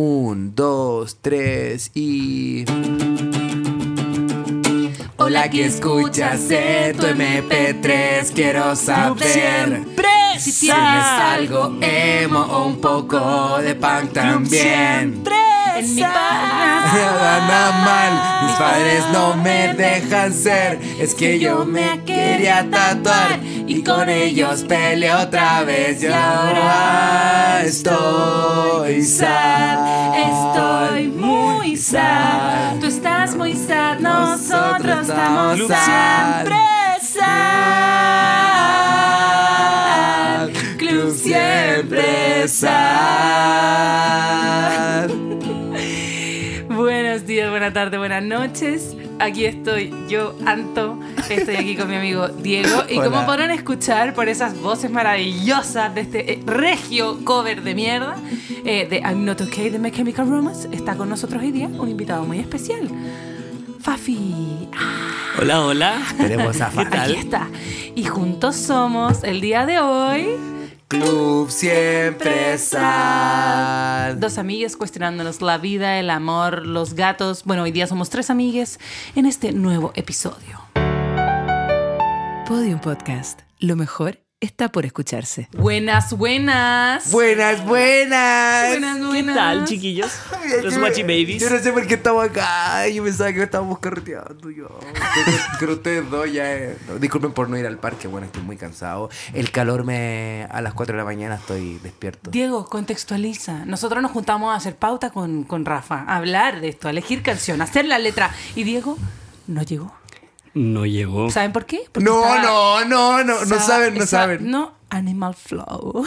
Un, dos, tres y... Hola que escuchas de tu MP3, quiero saber si tienes algo emo o un poco de punk también. En mi paz. Me van a mal, mis padres no me dejan ser. Es que yo me quería tatuar y con ellos peleé otra vez. Y ahora estoy sad, Estoy muy sad. Tú estás muy sad. Nosotros estamos Club Sad. siempre sad. Club siempre sad. sad. Buenos días, buenas tardes, buenas noches. Aquí estoy yo, Anto. Estoy aquí con mi amigo Diego. Y Hola. como podrán escuchar por esas voces maravillosas de este eh, regio cover de mierda eh, de I'm Not Okay de My Chemical Romance, está con nosotros hoy día un invitado muy especial. Fafi. Ah, Hola, hola. Tenemos a ¿Qué Fafi. tal? Aquí está. Y juntos somos el día de hoy Club siempre sad. dos amigas cuestionándonos la vida, el amor, los gatos. Bueno, hoy día somos tres amigues en este nuevo episodio. Podium Podcast. Lo mejor está por escucharse. Buenas, buenas. Buenas, buenas. buenas, ¿Qué buenas. tal, chiquillos? Mira, Los yo- Watchy Babies. Yo no sé por qué estamos acá. Yo pensaba que estábamos carreteando. Yo. Creo que- Creo que ustedes dos ya. eh, no, disculpen por no ir al parque. Bueno, estoy muy cansado. El calor me. A las 4 de la mañana estoy despierto. Diego, contextualiza. Nosotros nos juntamos a hacer pauta con, con Rafa, a hablar de esto, a elegir canción, a hacer la letra. Y Diego no llegó. No llegó. ¿Saben por qué? Porque No, estaba- no, no, no. No estaba- saben, no estaba- saben. No, Animal Flow.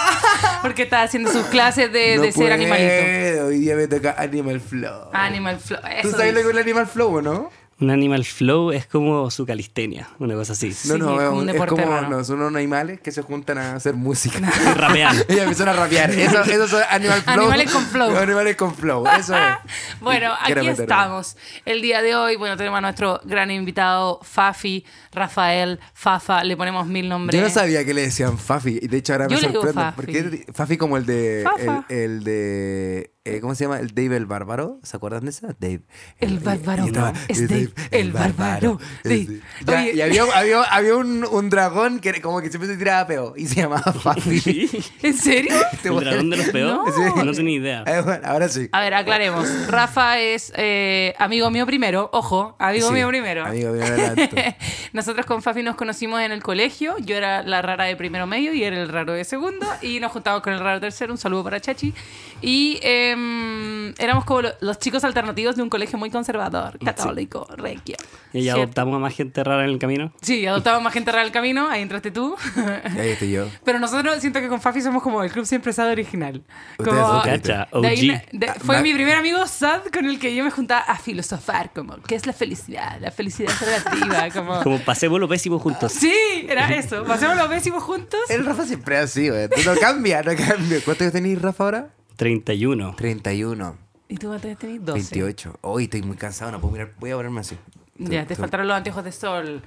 Porque estaba haciendo sus clases de, No de ser animalito. puedo, Hoy día me toca Animal Flow. Animal Flow. ¿Tú eso sabes lo dice. que es el Animal Flow o no? Un Animal Flow es como su calistenia, una cosa así. No, Sí, no, es es, como un un- es deporte como- raro. no, son unos animales que se juntan a hacer música. Rapear. Ellos empiezan a rapear. Eso, eso son animal flow. Animales con flow. Animales con flow. Eso es. Bueno, Quiero aquí meterme. estamos. El día de hoy, bueno, tenemos a nuestro gran invitado, Fafi, Rafael, Fafa, le ponemos mil nombres. Yo no sabía que le decían Fafi. Y de hecho ahora Yo me le digo sorprende. Fafi. Porque Fafi como el de. Fafa. El, el de. eh, ¿Cómo se llama? El Dave el Bárbaro. ¿Se acuerdan de esa? Dave. El Bárbaro, y estaba, no, es Dave el Bárbaro, es sí. Dave. Ya, Oye. y había, había, había un, un dragón que era como que siempre se tiraba peo. Y se llamaba Fafi. ¿En serio? Este ¿El weón. dragón de los peos? No. No, tenía idea. Ah, bueno, Ahora sí. A ver, aclaremos. Rafa es eh, amigo mío primero, ojo, amigo Sí, mío primero. Amigo mío adelante. Nosotros con Fafi nos conocimos en el colegio. Yo era la rara de primero medio y era el raro de segundo. Y nos juntamos con el raro tercero. Un saludo para Chachi. Y em, éramos como lo- los chicos alternativos de un colegio muy conservador, católico, regio. Y ya ¿Cierto? adoptamos a más gente rara en el camino. Sí, adoptamos más gente rara al camino. Ahí entraste tú. Y ahí estoy yo. Pero nosotros siento que con Fafi somos como el club siempre sad original. Ustedes Como- son Cacha, de ahí OG. na- de- Ah, fue ma- mi primer amigo sad con el que yo me juntaba a filosofar, como, ¿qué es la felicidad? La felicidad es relativa, como... Como pasemos lo pésimo juntos. Sí, era eso. Pasemos los pésimos juntos. El Rafa siempre es así, güey. Tú No cambia, no cambia. ¿Cuánto años tenéis, Rafa, ahora? 31. 31, Y tú vas a tener 12. 28. Hoy estoy muy cansado, no puedo mirar. Voy a ponerme así. Ya, te Tú- faltaron los anteojos de sol.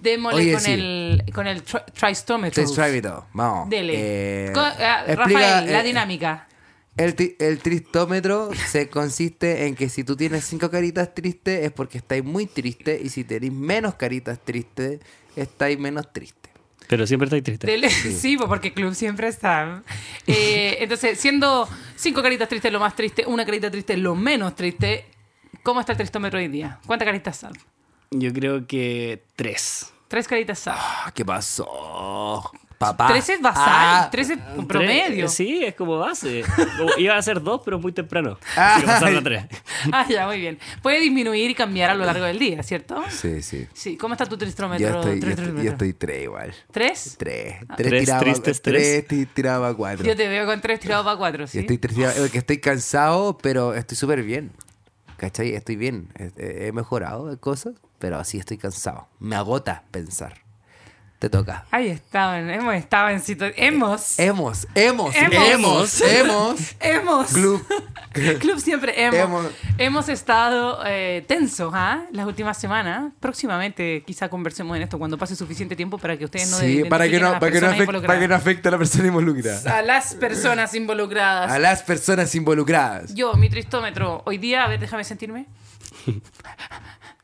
Démosle Oye, con, sí. el, con el tri- tú- tristometrus. Let's drive it out. Vamos. Dele. Eh, Co- ah, explica, Rafael, la eh, dinámica. El, tri- el tristómetro se consiste en que si tú tienes cinco caritas tristes es porque estáis muy triste y si tenéis menos caritas tristes estáis menos triste. Pero siempre estoy triste. Dele- Sí. pues, porque club siempre está. Eh, entonces, siendo cinco caritas tristes lo más triste, una carita triste lo menos triste, ¿cómo está el tristómetro hoy día? ¿Cuántas caritas son? Yo creo que tres. Tres caritas son. Ah, ¿Qué pasó? Papá. Tres es basal, Ah. tres es un promedio. Tres, eh, Sí, es como base. Como- iba a ser dos, pero muy temprano. Quiero pasarlo a tres. Ah, ya, muy bien. Puede disminuir y cambiar a lo largo del día, ¿cierto? Sí, sí. Sí, ¿cómo está tu Yo tristómetro? estoy, yo Tres- estoy, yo estoy tres igual. ¿Tres? Tres. Tres, Ah, Tres tiraba, tristes, tres. ti- tiraba cuatro. Yo te veo con tres tirado para cuatro, Yo ¿sí? estoy tres tiraba- porque estoy cansado, pero estoy súper bien. ¿Cachai? Estoy bien. Eh, eh, He mejorado de cosas, pero así estoy cansado. Me agota pensar. Te toca. Ahí estaban, hemos Eh, estado en situación... Hemos. Hemos, hemos, Hemos. hemos, hemos. Hemos. Club Club siempre hemos, Hemos- hemos, estado eh, tensos ¿ah? las últimas semanas. Próximamente quizá conversemos en esto cuando pase suficiente tiempo para que ustedes no sí, para que identifiquen a no, las para que no, personas afecte, para que no involucradas. afecte a la persona involucrada. A las personas involucradas. A las personas involucradas. Yo, mi tristómetro, hoy día, a ver, déjame sentirme.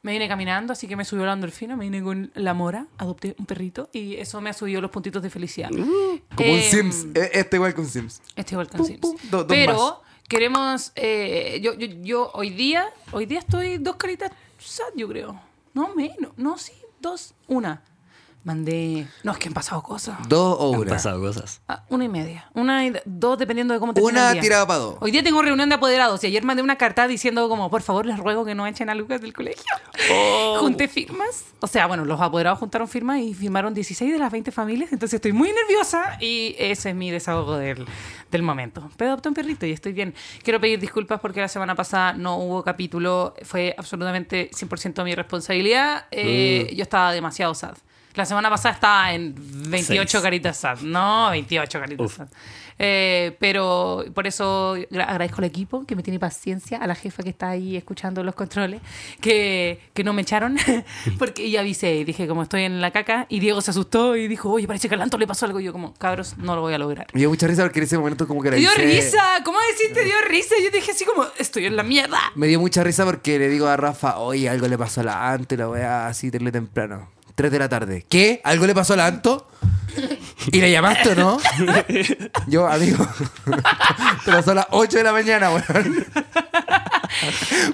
Me vine caminando, así que me subió la endorfina, me vine con la mora, adopté un perrito y eso me ha subido los puntitos de felicidad. Uh, Como un Em, Sims. Eh, Este igual que un Sims. Este igual que Pum, un Sims. pum, do- dos más. Pero queremos. eh, yo, yo, yo hoy día, hoy día estoy dos caritas sad, yo creo. No menos, no, sí, dos, una. Mandé. No, es que han pasado cosas. Dos o Han una. pasado cosas. Ah, una y media. Una y dos, dependiendo de cómo te Una tirada pa' dos. Hoy día tengo reunión de apoderados y ayer mandé una carta diciendo como, por favor, les ruego que no echen a Lucas del colegio. Oh, Junté firmas. O sea, bueno, los apoderados juntaron firmas y firmaron 16 de las 20 familias, entonces estoy muy nerviosa y ese es mi desahogo del, del momento. Pero adopté un perrito y estoy bien. Quiero pedir disculpas porque la semana pasada no hubo capítulo. Fue absolutamente 100% mi responsabilidad. Eh, Mm. Yo estaba demasiado sad. La semana pasada estaba en 28 Seis. caritas sad. No, 28 caritas Uf. sad. Eh, pero por eso gra- agradezco al equipo que me tiene paciencia, a la jefa que está ahí escuchando los controles, que, que no me echaron, porque ya avisé, y dije como estoy en la caca, y Diego se asustó y dijo, oye, parece que al Anto le pasó algo, y yo como, cabros, no lo voy a lograr. Me dio mucha risa porque en ese momento como que le Te dio avisé- risa, ¿cómo decir te dio risa? Yo dije así como, estoy en la mierda. Me dio mucha risa porque le digo a Rafa, oye, algo le pasó a la Anto y la weá así terrible temprano. 3 de la tarde. ¿Qué? ¿Algo le pasó a la Anto? ¿Y le llamaste o no? Yo, amigo, te pasó a las 8 de la mañana, weón.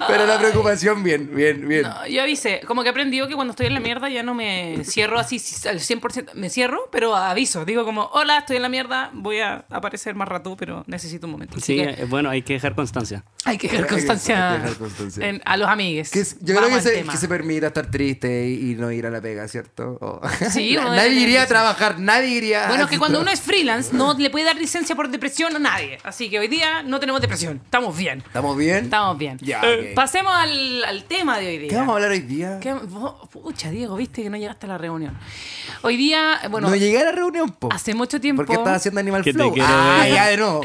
Pero la preocupación, bien, bien, bien. No, Ah, yo avisé, como que he aprendido que cuando estoy en la mierda ya no me cierro así si- al 100%, me cierro, pero aviso, digo como, hola, estoy en la mierda, voy a aparecer más rato, pero necesito un momento. Así Sí, que eh, bueno, hay que dejar constancia. hay que dejar hay que- constancia, hay que dejar constancia. en- a los amigues. Que es- yo creo Vamos que al se, tema. que se permita estar triste y, y no ir a la pega, ¿cierto? O- Sí, uno debe nadie tener iría a eso. trabajar, nadie iría Bueno, es que cuando uno es freelance no le puede dar licencia por depresión a nadie, así que hoy día no tenemos depresión, estamos bien, ¿Estamos bien? estamos bien. Ya, Eh, ok. Pasemos al, al tema de hoy día. ¿Qué vamos a hablar hoy día? ¿Qué- vos- pucha, Diego, viste que no llegaste a la reunión. Hoy día, bueno, no llegué a la reunión, po. hace mucho tiempo... Porque estaba haciendo Animal Que te Flow. quiero Ah, ver. ya de nuevo.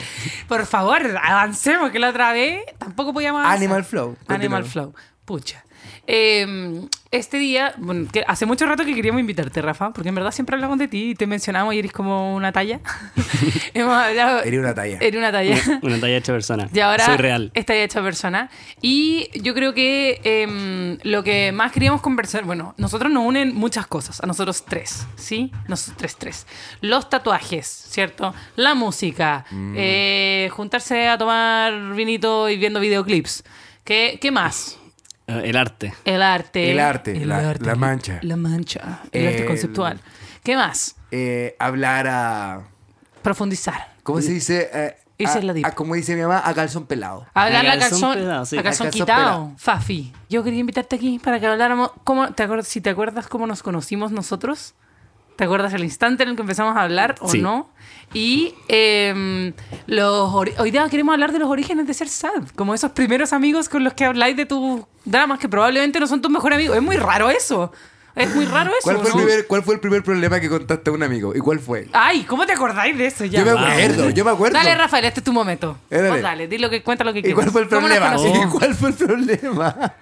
Por favor, avancemos, que la otra vez tampoco podíamos avanzar. Animal Flow, Animal continuemos. Flow. Pucha. Eh, este día, bueno, que hace mucho rato que queríamos invitarte, Rafa, porque en verdad siempre hablamos de ti y te mencionamos y eres como una talla. Hemos hablado. Eres una talla. Eres una talla. Una talla hecha persona. Y ahora Soy real. está ya hecha persona. Y yo creo que em, lo que más queríamos conversar, bueno, nosotros nos unen muchas cosas, a nosotros tres, ¿sí? Nosotros tres, tres. Los tatuajes, ¿cierto? La música, Mm. eh, juntarse a tomar vinito y viendo videoclips. ¿Qué, qué más? Eh, el arte. El arte. El arte, la- la mancha. La mancha, el arte El- conceptual. ¿Qué más? Eh, hablar a. Profundizar. ¿Cómo se dice? Eh, Irse a- en la deep. a- como dice mi mamá, a calzón pelado. Hablar A la calzón calzón, pelado, sí. a calzón A calzón quitado. pelado. Fafi, yo quería invitarte aquí para que habláramos. ¿cómo, te acuerdas, si te acuerdas cómo nos conocimos nosotros, ¿te acuerdas el instante en el que empezamos a hablar o Sí. no? Y em, los ori- hoy día queremos hablar de los orígenes de ser sad, como esos primeros amigos con los que habláis de tus dramas que probablemente no son tus mejores amigos. Es muy raro eso. Es muy raro eso. ¿Cuál fue, el ¿no? primer, ¿Cuál fue el primer problema que contaste a un amigo? ¿Y cuál fue? Ay, ¿cómo te acordáis de eso Ah, ya? yo me wow. acuerdo, yo me acuerdo. Dale, Rafael, este es tu momento. Eh, dale. Vos dale, di lo que cuenta lo que ¿Y quieras. cuál fue el ¿Cómo nos problema? conocimos? ¿Y cuál fue el problema?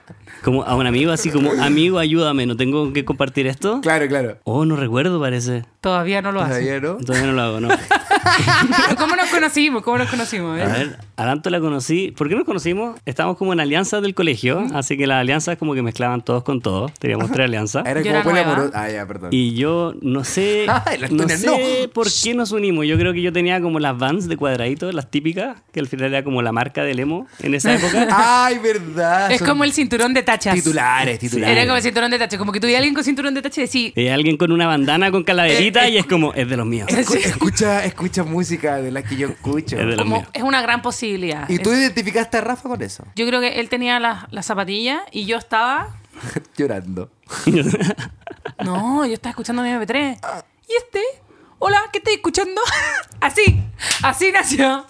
Como a un amigo, así como, amigo, ayúdame, no tengo que compartir esto. Claro, claro. Oh, no recuerdo, parece. Todavía no lo hace. Todavía no. Todavía no lo hago, ¿no? Pero ¿Cómo nos conocimos? ¿Cómo nos conocimos? eh? A ver, a Danto la conocí. ¿Por qué nos conocimos? Estábamos como en alianzas del colegio, así que las alianzas como que mezclaban todos con todos. Teníamos tres alianzas. Era Yo como era nueva. poliamoroso. Ah, ya, perdón. Y yo no sé, Ay, la no Antonia, sé no. por qué nos unimos. Yo creo que yo tenía como las vans de cuadraditos, las típicas, que al final era como la marca del emo en esa época. Ay, Ah, verdad. Es son como el cinturón de tachas. Titulares, titulares. Era como el cinturón de tachas. Como que tuviera alguien con cinturón de tachas y decís, Eh, alguien con una bandana con Eh, calaverita y es como, es de los míos. Escu- escucha, escucha música de la que yo escucho. Es de los como míos. es una gran posibilidad. ¿Y tú Es- identificaste a Rafa con eso? Yo creo que él tenía las las zapatillas y yo estaba. Llorando. Ah. No, yo estaba escuchando mi MP3. ¿Y este? hola, ¿qué estás escuchando? así, así nació.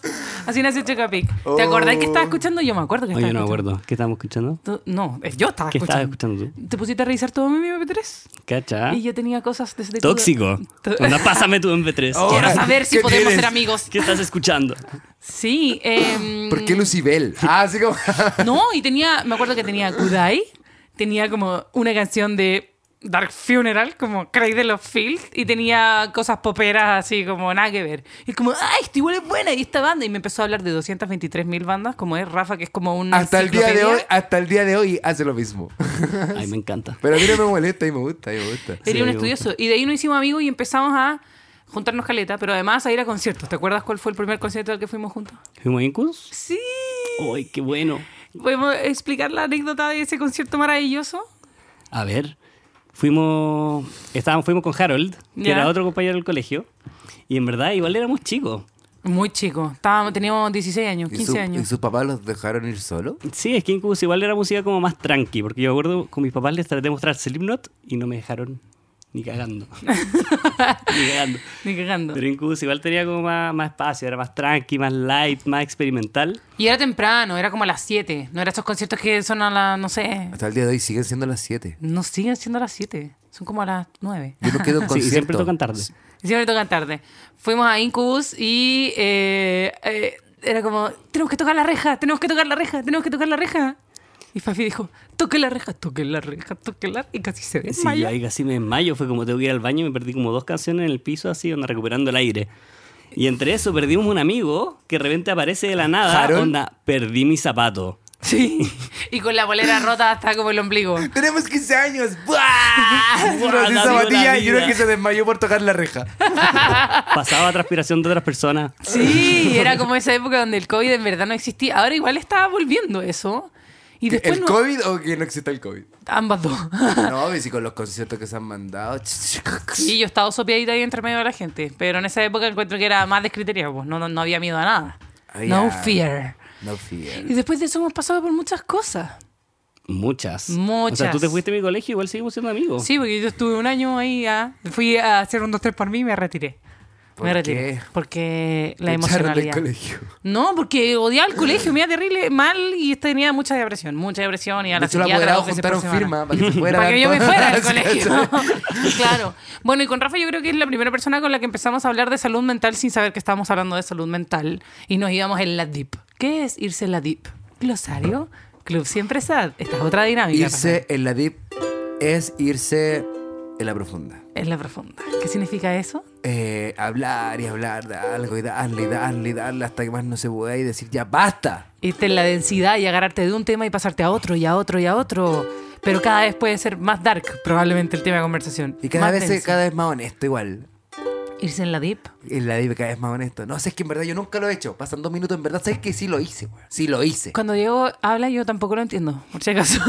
Así nació Checapic. ¿Te acordás que estaba escuchando? Yo me acuerdo que Oye, estaba Oh. Ah, no me escuchando. acuerdo. ¿Qué estamos escuchando? Tú- no, es- yo estaba ¿Qué estabas escuchando. escuchando ¿Te pusiste a revisar todo mi MP3? Cacha. Y yo tenía cosas desde... Tóxico. todo- Onda, pásame tu MP3. Oh. Quiero saber si ¿Qué podemos tienes? ser amigos. ¿Qué estás escuchando? Sí. Eh, ¿Por qué Lucibel? Ah, así como. No, y tenía, me acuerdo que tenía Kudai, tenía como una canción de Dark Funeral, como Craig de los Fields, y tenía cosas poperas así como nada que ver. Y como, ¡ay, esta igual es buena! Y esta banda, y me empezó a hablar de 223 mil bandas, como es Rafa, que es como un. hasta el día de hoy, ah, hasta el día de hoy hace lo mismo. Ay, me encanta. Pero a mí no me molesta y me gusta, y me gusta. Sería un Sí, me gusta. estudioso. Y de ahí nos hicimos amigos y empezamos a juntarnos caleta, pero además a ir a conciertos. ¿Te acuerdas cuál fue el primer concierto al que fuimos juntos? ¿Fuimos incus? Sí. Ay, qué bueno. ¿Podemos explicar la anécdota de ese concierto maravilloso? A ver. Fuimos. Estábamos, fuimos con Harold, que Ya. era otro compañero del colegio. Y en verdad, igual éramos chicos. Muy chico. Estábamos, teníamos 16 años, ¿Y 15 su- ¿Y años. sus papás los dejaron ir solo? Sí, es que Incubus igual era música como más tranqui, porque yo me acuerdo con mis papás les traté de mostrar Slipknot y no me dejaron ni cagando. ni cagando. Ni cagando. Pero Incubus igual tenía como más, más espacio, era más tranqui, más light, más experimental. Y era temprano, era como a las 7. No eran estos conciertos que son a las, no sé, Hasta el día de hoy siguen siendo las 7. no siguen siendo a las 7. Son como a las 9. Yo no quedo en Sí, y concierto. siempre tocan tarde. Siempre tocan tarde. Fuimos a Incubus y eh, eh, era como, tenemos que tocar la reja, tenemos que tocar la reja, tenemos que tocar la reja. Y Fafi dijo, toque la reja, toque la reja, toque la Y casi se Sí, desmayó. yo ahí casi me desmayo, fue como tengo que ir al baño y me perdí como dos canciones en el piso así, onda recuperando el aire. Y entre eso perdimos un amigo que de repente aparece de la nada, ¿Harold? onda, perdí mi zapato. Sí. Y con la bolera rota hasta como el ombligo. Tenemos 15 años. ¡Buah! Buah, Uno sin la zapatilla vida, y uno vida. que se desmayó por tocar la reja. Pasaba transpiración de otras personas. Sí, era como esa época donde el COVID en verdad no existía. Ahora igual está volviendo eso. Y después ¿El no- COVID o que no exista el COVID? ambas dos. No, y si con los conciertos que se han mandado. Sí, yo he estado sopiadita ahí entre medio de la gente, pero en esa época encuentro que era más descriteriado, pues no, no, no había miedo a nada. Había- No fear. No fear. Y después de eso hemos pasado por muchas cosas. Muchas. O sea, Muchas. tú te fuiste a mi colegio, igual seguimos siendo amigos. Sí, porque yo estuve un año ahí, a, fui a hacer un 2-3 por mí y me retiré. ¿Por me qué? retiré. Porque la Te echaron del emocionalidad. colegio. No, porque odiaba el colegio, me iba terrible mal y tenía mucha depresión, mucha depresión y a De la hecho, los psiquiatra apoderados dos veces por juntaron semana. firma para que se fuera. Para que yo me fuera al colegio. ¿Cachai? claro. Bueno, y con Rafa yo creo que es la primera persona con la que empezamos a hablar de salud mental sin saber que estábamos hablando de salud mental y nos íbamos en la DIP. ¿Qué es irse en la DIP? Glosario, Club Siempre Sad. Esta es otra dinámica. Irse en la deep es irse en la profunda. Rafa. En la profunda. ¿Qué significa eso? Eh, hablar y hablar de algo y darle y darle y darle hasta que más no se pueda y decir ya basta. Irte en la densidad y agarrarte de un tema y pasarte a otro y a otro y a otro. Pero cada vez puede ser más dark, probablemente, el tema de conversación. Y cada Más vez, denso. cada vez más honesto igual. Irse en la DIP. En la deep cada vez más honesto. No, sé es que en verdad yo nunca lo he hecho. Pasan dos minutos, en verdad, sabes que sí lo hice, güey. Sí lo hice. Cuando Diego habla, yo tampoco lo entiendo, por si acaso.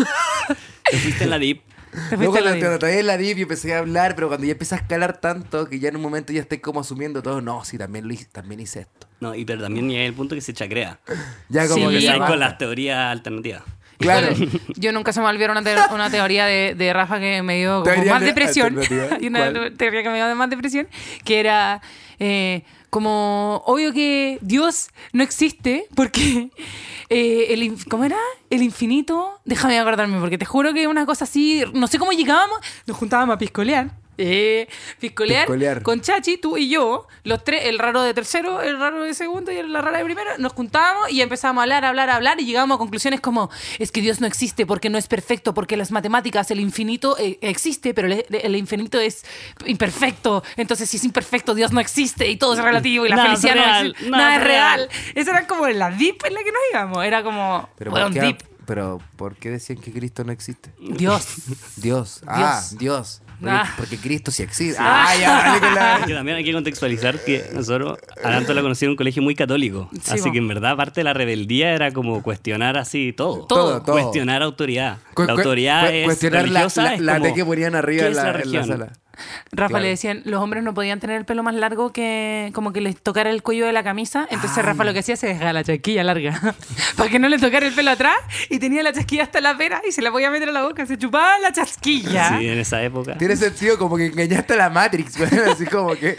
Te fuiste en la DIP. Te fuiste Luego a la cuando DIP. te traté en la deep y empecé a hablar, pero cuando ya empieza a escalar tanto que ya en un momento ya estoy como asumiendo todo, no, sí, también lo hice, también hice esto. No, y pero también llega el punto que se chacrea. Ya como que Sí, ya ya Empezáis basta. con las teorías alternativas. Claro. Híjole, Yo nunca se me olvidó una, teo- una teoría de, de Rafa que me dio como Teoría más de- depresión. alternativa. y una ¿Cuál? teoría que me dio de más depresión, que era eh, como, obvio que Dios no existe porque, eh, el, inf- ¿cómo era? El infinito, déjame acordarme, porque te juro que una cosa así, no sé cómo llegábamos, nos juntábamos a piscolear. Eh, piscolear, Piscolear. con Chachi, tú y yo, los tres, el raro de tercero, el raro de segundo y el- la rara de primero, nos juntábamos y empezábamos a hablar, hablar, hablar y llegábamos a conclusiones como, es que Dios no existe porque no es perfecto, porque las matemáticas, el infinito eh, existe, pero el, el infinito es imperfecto, entonces si es imperfecto, Dios no existe y todo es relativo y la Nada es felicidad real, no existe, nada nada, es es real. real. Esa era como la dip en la que nos íbamos, era como, Pero, bueno, ¿por qué, deep, pero ¿por qué decían que Cristo no existe? Dios. Dios. Ah, Dios. Porque, Ah. porque Cristo sí existe. Ah, ya, vale con Es que la- también hay que contextualizar que nosotros, a Anto la conocí en un colegio muy católico. Sí, así po. que en verdad, parte de la rebeldía era como cuestionar así todo. Todo, todo. Cuestionar autoridad. Cu- la cu- autoridad cu- es. cuestionar la- religiosa, la- es la como, T que ponían arriba ¿qué en es la- en la religión? sala? Rafa Claro. le decían, los hombres no podían tener el pelo más largo que como que les tocara el cuello de la camisa. Entonces Ah. Rafa lo que hacía se dejaba la chasquilla larga para que no le tocara el pelo atrás y tenía la chasquilla hasta la pera y se la podía meter a la boca, se chupaba la chasquilla. Sí, en esa época. Tiene sentido como que engañaste a la Matrix, weón. Así como que.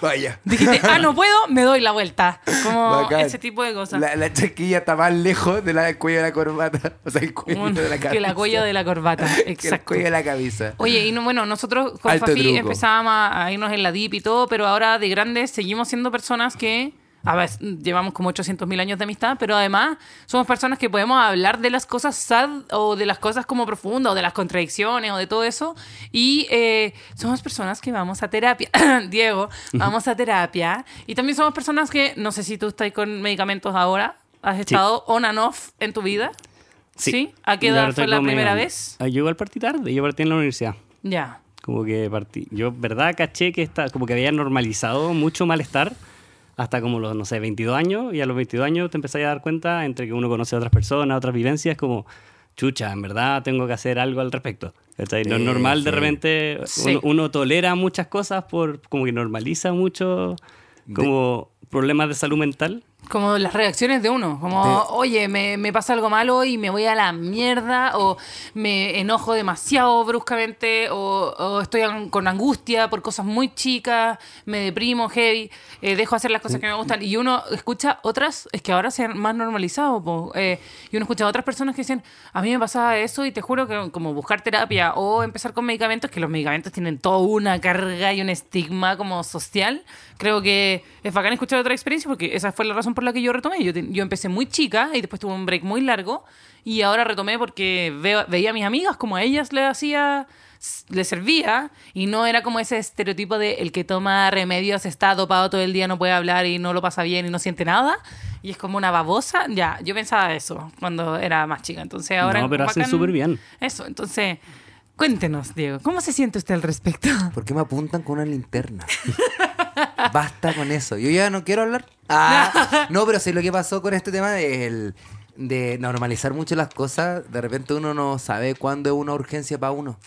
Vaya. Dijiste, ah, no puedo, me doy la vuelta. Como Bacán. ese tipo de cosas. La, la chaquilla está más lejos de la, del cuello de la corbata. O sea, el cuello Un- de la cabeza. que la cuello de la corbata, Que el exacto. cuello de la cabeza. Oye, y no, bueno, nosotros con Alto Fafi truco. empezábamos a, a irnos en la DIP y todo, pero ahora de grandes seguimos siendo personas que, a ver, llevamos como 800 mil años de amistad, pero además somos personas que podemos hablar de las cosas sad o de las cosas como profundas o de las contradicciones o de todo eso. Y eh, somos personas que vamos a terapia, Diego, vamos a terapia. Y también somos personas que, no sé si tú estás con medicamentos ahora, has estado on and off en tu vida. Sí. ¿A qué Y ahora edad estoy fue la como primera medio- vez? Ah, Yo igual partí tarde, yo partí en la universidad. Ya. Como que partí. Yo, verdad, caché que está, como que había normalizado mucho malestar hasta como los, no sé, 22 años. Y a los 22 años te empezás a dar cuenta entre que uno conoce a otras personas, otras vivencias, como, chucha, en verdad tengo que hacer algo al respecto. ¿Cachai? No es Sí, normal, de sí. repente, Sí. uno, uno tolera muchas cosas por, como que normaliza mucho, como problemas de salud mental. Como las reacciones de uno, como, De- oye, me, me pasa algo malo y me voy a la mierda, o me enojo demasiado bruscamente, o, o estoy an- con angustia por cosas muy chicas, me deprimo heavy, eh, dejo hacer las cosas que me gustan, y uno escucha otras, es que ahora se han más normalizado, po, eh, y uno escucha a otras personas que dicen, a mí me pasaba eso y te juro que como buscar terapia o empezar con medicamentos, que los medicamentos tienen toda una carga y un estigma como social, creo que es bacán escuchar otra experiencia porque esa fue la razón por la que yo retomé. Yo, te- yo empecé muy chica y después tuve un break muy largo y ahora retomé porque veo- veía a mis amigas como a ellas le hacía s- le servía y no era como ese estereotipo de el que toma remedios está dopado todo el día, no puede hablar y no lo pasa bien y no siente nada y es como una babosa. Ya, yo pensaba eso cuando era más chica. Entonces ahora. No, pero hacen bacán súper bien. Eso, entonces, cuéntenos, Diego, ¿cómo se siente usted al respecto? ¿Por qué me apuntan con una linterna? Basta con eso. Yo ya no quiero hablar. Ah, no, pero sí, lo que pasó con este tema de, el- de normalizar mucho las cosas, de repente uno no sabe cuándo es una urgencia para uno.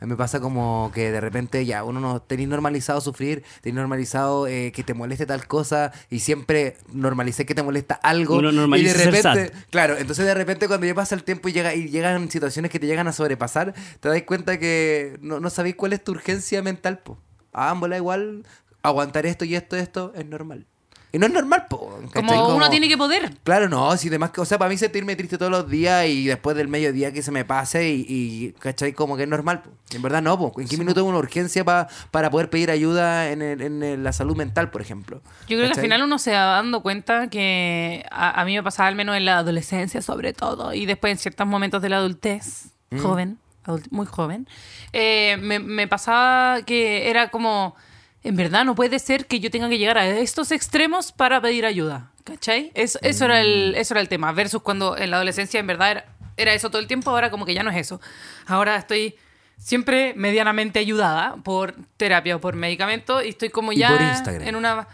A mí me pasa como que de repente ya uno no tenés normalizado sufrir, tenés normalizado eh, que te moleste tal cosa y siempre normalicé que te molesta algo. Uno y normaliza de ser repente, sad. Claro, entonces de repente cuando ya pasa el tiempo y, llega, y llegan situaciones que te llegan a sobrepasar, te das cuenta que no, no sabéis cuál es tu urgencia mental, po. Ah, en bola igual, aguantar esto y esto, esto es normal. Y no es normal, po. ¿cachai? Como uno tiene que poder. Claro, no, si demás que, o sea, para mí sentirme triste todos los días y después del mediodía que se me pase y, y, ¿cachai? Como que es normal, po. En verdad no, po. ¿En qué minuto es una urgencia pa- para poder pedir ayuda en, el- en el- la salud mental, por ejemplo? Yo creo que al ¿Cachai? final uno se va dando cuenta que a, a mí me pasaba al menos en la adolescencia sobre todo y después en ciertos momentos de la adultez, joven, adult- muy joven, eh, me, me pasaba que era como, en verdad no puede ser que yo tenga que llegar a estos extremos para pedir ayuda, ¿cachai? Es- eso, era el, eso era el tema, versus cuando en la adolescencia en verdad era, era eso todo el tiempo, ahora como que ya no es eso. Ahora estoy... Siempre medianamente ayudada por terapia o por medicamento y estoy como Y ya por Instagram. en una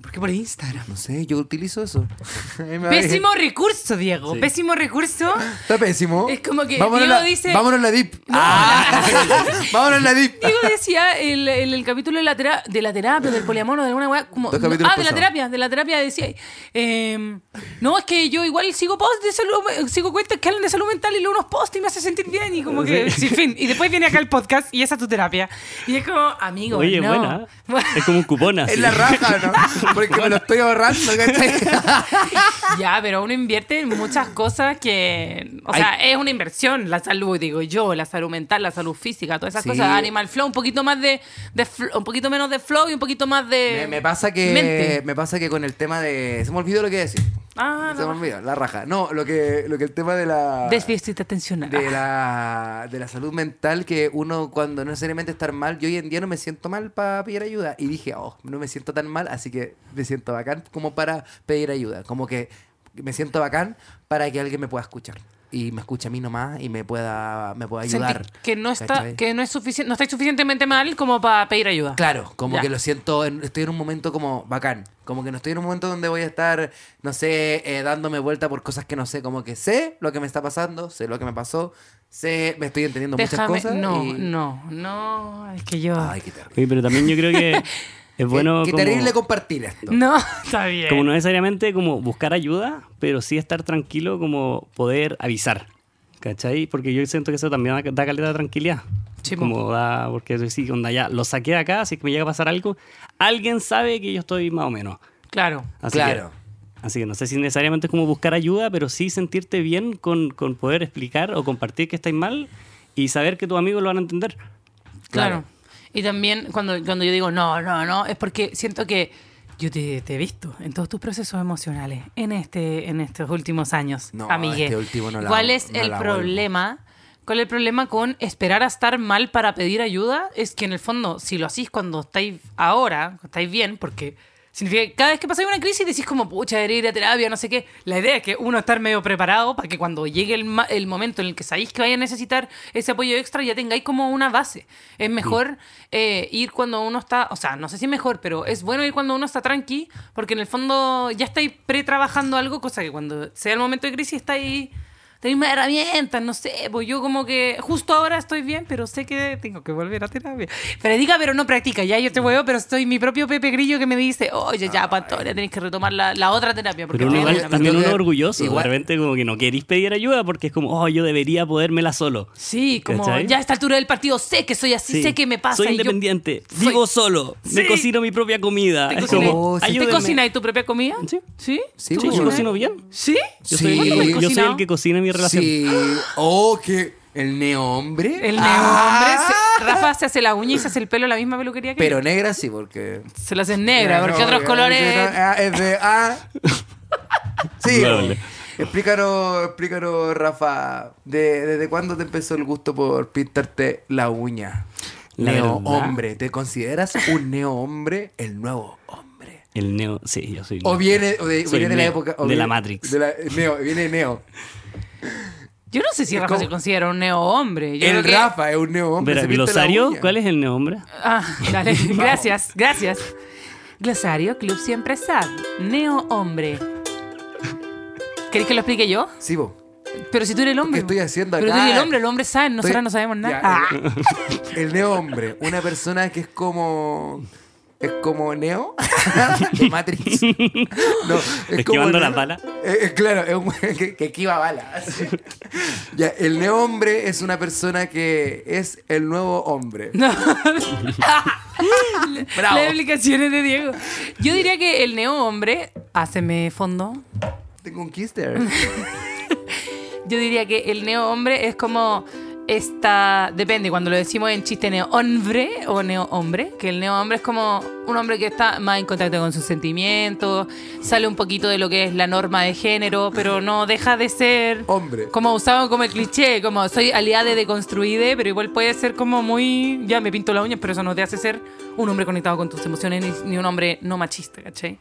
¿Por qué por Instagram? No sé, yo utilizo eso. A mí me va bien. Pésimo recurso, Diego. Pésimo recurso. Está pésimo. Es como que vámonos Diego la, dice- Vámonos a la dip. Ah. vámonos a la dip. Diego decía en el, el, el capítulo de la, tera- de la terapia, del poliamor, de alguna weá. Como, Dos no, ah, capítulos de la pasados. terapia, de la terapia decía. eh, no, es que yo igual sigo post de salud, eh, sigo cuentas que hablan de salud mental y leo unos posts y me hace sentir bien y como que, sin fin. Y después viene acá el podcast y esa es tu terapia. Y es como, amigo, Oye, no. buena. ¿eh? Es como un cupón así. Es la raja, ¿no? Porque me lo estoy ahorrando, ¿cachai? Ya, pero uno invierte en muchas cosas que. O Ay. sea, es una inversión. La salud, digo yo, la salud mental, la salud física, todas esas Sí. cosas. Animal flow, un poquito más de. de fl- un poquito menos de flow y un poquito más de. Me, me pasa que Mente. me pasa que con el tema de se me olvidó lo que iba a decir. Ah, se la me olvidó, la raja. No, lo que lo que el tema de la Déficit atencional. de la, de la salud mental que uno cuando no necesariamente estar mal, yo hoy en día no me siento mal para pedir ayuda. Y dije, oh, no me siento tan mal, así que me siento bacán como para pedir ayuda. Como que me siento bacán para que alguien me pueda escuchar. y me escuche a mí nomás y me pueda, me pueda Ah, Sentí ayudar. que no está ¿cachai? que no es suficiente no estáis suficientemente mal como para pedir ayuda Claro, como Ya. que lo siento, en- estoy en un momento como bacán. Como que no estoy en un momento donde voy a estar, no sé, eh, dándome vuelta por cosas que no sé. Como que sé lo que me está pasando, sé lo que me pasó, sé, me estoy entendiendo déjame muchas cosas. no y- no no es que yo Ay, qué terrible. Oye, pero también yo creo que es bueno qué, qué como, terrible compartir esto. no está bien como no necesariamente como buscar ayuda, pero sí estar tranquilo como poder avisar. ¿Cachai? Porque yo siento que eso también da- da calidad de tranquilidad. Sí, po. como da, porque sí, onda ya, lo saqué de acá, si es que me llega a pasar algo, alguien sabe que yo estoy más o menos. claro Así Claro. Que, así que no sé si necesariamente es como buscar ayuda, pero sí sentirte bien con, con poder explicar o compartir que estáis mal y saber que tus amigos lo van a entender. Claro. Y también cuando, cuando yo digo no, no, no, es porque siento que yo te, te he visto en todos tus procesos emocionales en este en estos últimos años, No, amigue. este último no la- ¿Cuál es no el la problema? ¿Cuál es el problema con esperar a estar mal para pedir ayuda? Es que en el fondo, si lo hacís cuando estáis ahora, cuando estáis bien, porque significa que cada vez que pasáis una crisis decís como, pucha, debería ir a terapia, no sé qué. La idea es que uno estar medio preparado para que cuando llegue el, ma- el momento en el que sabéis que vais a necesitar ese apoyo extra ya tengáis como una base. Es mejor eh, ir cuando uno está, o sea, no sé si mejor, pero es bueno ir cuando uno está tranqui, porque en el fondo ya estáis pre-trabajando algo, cosa que cuando sea el momento de crisis estáis tenéis más herramientas, no sé, pues yo como que justo ahora estoy bien, pero sé que tengo que volver a terapia. Predica, pero no practica, ya Mm. yo te huevo, pero estoy mi propio Pepe Grillo que me dice, oye, ya, Pantoria, tenés que retomar la, la otra terapia. Porque Pero uno estoy en igual- Yo una- creo también uno que- orgulloso. igual- De repente como que no querís pedir ayuda porque es como, oh, yo debería podérmela solo. Sí, como ¿Cachai? ya a esta altura del partido sé que soy así, Sí. sé que me pasa. Soy y yo- independiente, soy- vivo solo, Sí. me cocino mi propia comida. ¿Te Es cocinas- como, Oh, sí. ¿Te ayúdenme. cocináis tu propia comida? Sí. ¿Sí? Sí, Sí, yo pues. cocino bien. ¿Sí? Yo, soy, Sí. yo soy ¿Cuándo me el cocinado? que cocina en mi relación. Sí. Oh, que el Ah, neo-hombre. El neo Ah. hombre, se- Rafa se hace la uña y se hace el pelo en la misma peluquería que Pero negra sí, porque. yo. se lo hace negra, porque otros colores... Ah, Es de. Ah. Sí. Doble. Explícanos, explícanos, Rafa, de- ¿desde cuándo te empezó el gusto por pintarte la uña? La neo verdad. hombre, ¿te consideras un neo hombre, el nuevo hombre? El neo, sí, yo soy O neo. viene, o de, Soy viene de la neo, época. o de la viene- Matrix. de la- neo, viene neo. Yo no sé si Es Rafa como- se considera un neo hombre. Yo creo el que- Rafa es un neo hombre. Espera, se pinta la glosario, uña. ¿cuál es el neo hombre? Ah, dale. gracias, gracias. Glosario Club Siempre Sad. Neo hombre. ¿Querés que lo explique yo? Sí, vos. Pero si tú eres el hombre. ¿Qué estoy haciendo Pero tú acá? eres el hombre, el hombre sabe, nosotros Estoy- no sabemos nada. Ya, Ah, el, el neo hombre, una persona que es como es como neo de Matrix. No, es como Esquivando Neo- las balas. Eh, eh, claro, es un weón que, que esquiva balas. Sí. Ya, el neo hombre es una persona que es el nuevo hombre. No. Bravo. Las explicaciones de Diego. Yo diría que el neo hombre, haceme fondo, Tengo un kister. Yo diría que el neo hombre es como esta. Depende, cuando lo decimos en chiste neo hombre o neo hombre, que el neo hombre es como un hombre que está más en contacto con sus sentimientos, sale un poquito de lo que es la norma de género, pero no deja de ser. Hombre. Como usado como el cliché, como soy aliada de construide, pero igual puede ser como muy. Ya me pinto las uñas, pero eso no te hace ser un hombre conectado con tus emociones ni, ni un hombre no machista, ¿cachai?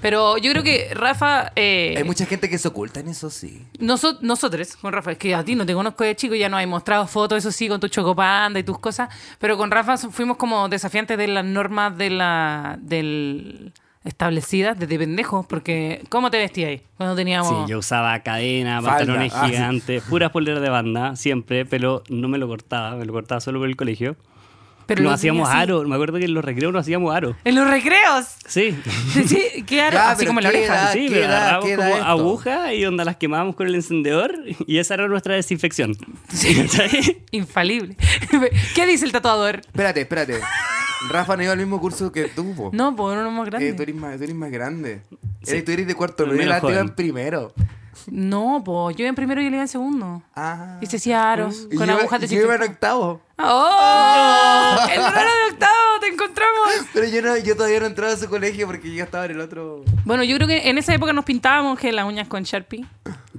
Pero yo creo que Rafa. eh, Hay mucha gente que se oculta en eso, sí. Noso- nosotros, con Rafa, es que a ti no te conozco de chico, ya nos has mostrado fotos, eso sí, con tu chocopanda y tus cosas, pero con Rafa so- fuimos como desafiantes de las normas de la, del establecidas desde pendejos, porque ¿cómo te vestías ahí? Cuando Sí, teníamos... yo usaba cadena, Falda, pantalones ah, sí. gigantes, puras poleras de banda, siempre, pero no me lo cortaba, me lo cortaba solo por el colegio. pero nos lo tenías hacíamos así. aro, me acuerdo que en los recreos nos hacíamos aro. En los recreos. Sí. Sí, ¿Qué aro? Ya, así pero como en la ¿qué oreja. edad? sí, Ah, ¿qué pero da- agarrábamos qué da como esto? aguja y onda las quemábamos con el encendedor y esa era nuestra desinfección. ¿Cachai? Infalible. ¿Qué dice el tatuador? Espérate, espérate. Rafa no iba al mismo curso que tú, po. No, por uno más grande. Eh, tú, eres más, tú eres más grande. Sí. Eres- tú eres de cuarto, no Menos eres joven. en primero. No, pues yo iba en primero y él iba en segundo. Ah. Y se hacía aros Y con yo- agujas de Yo iba en desinfectante. octavo. ¡Oh! ¡El raro de octavo! ¡Te encontramos! Pero yo, no, yo todavía no entraba a su colegio porque yo ya estaba en el otro. Bueno, yo creo que en esa época nos pintábamos que las uñas con Sharpie.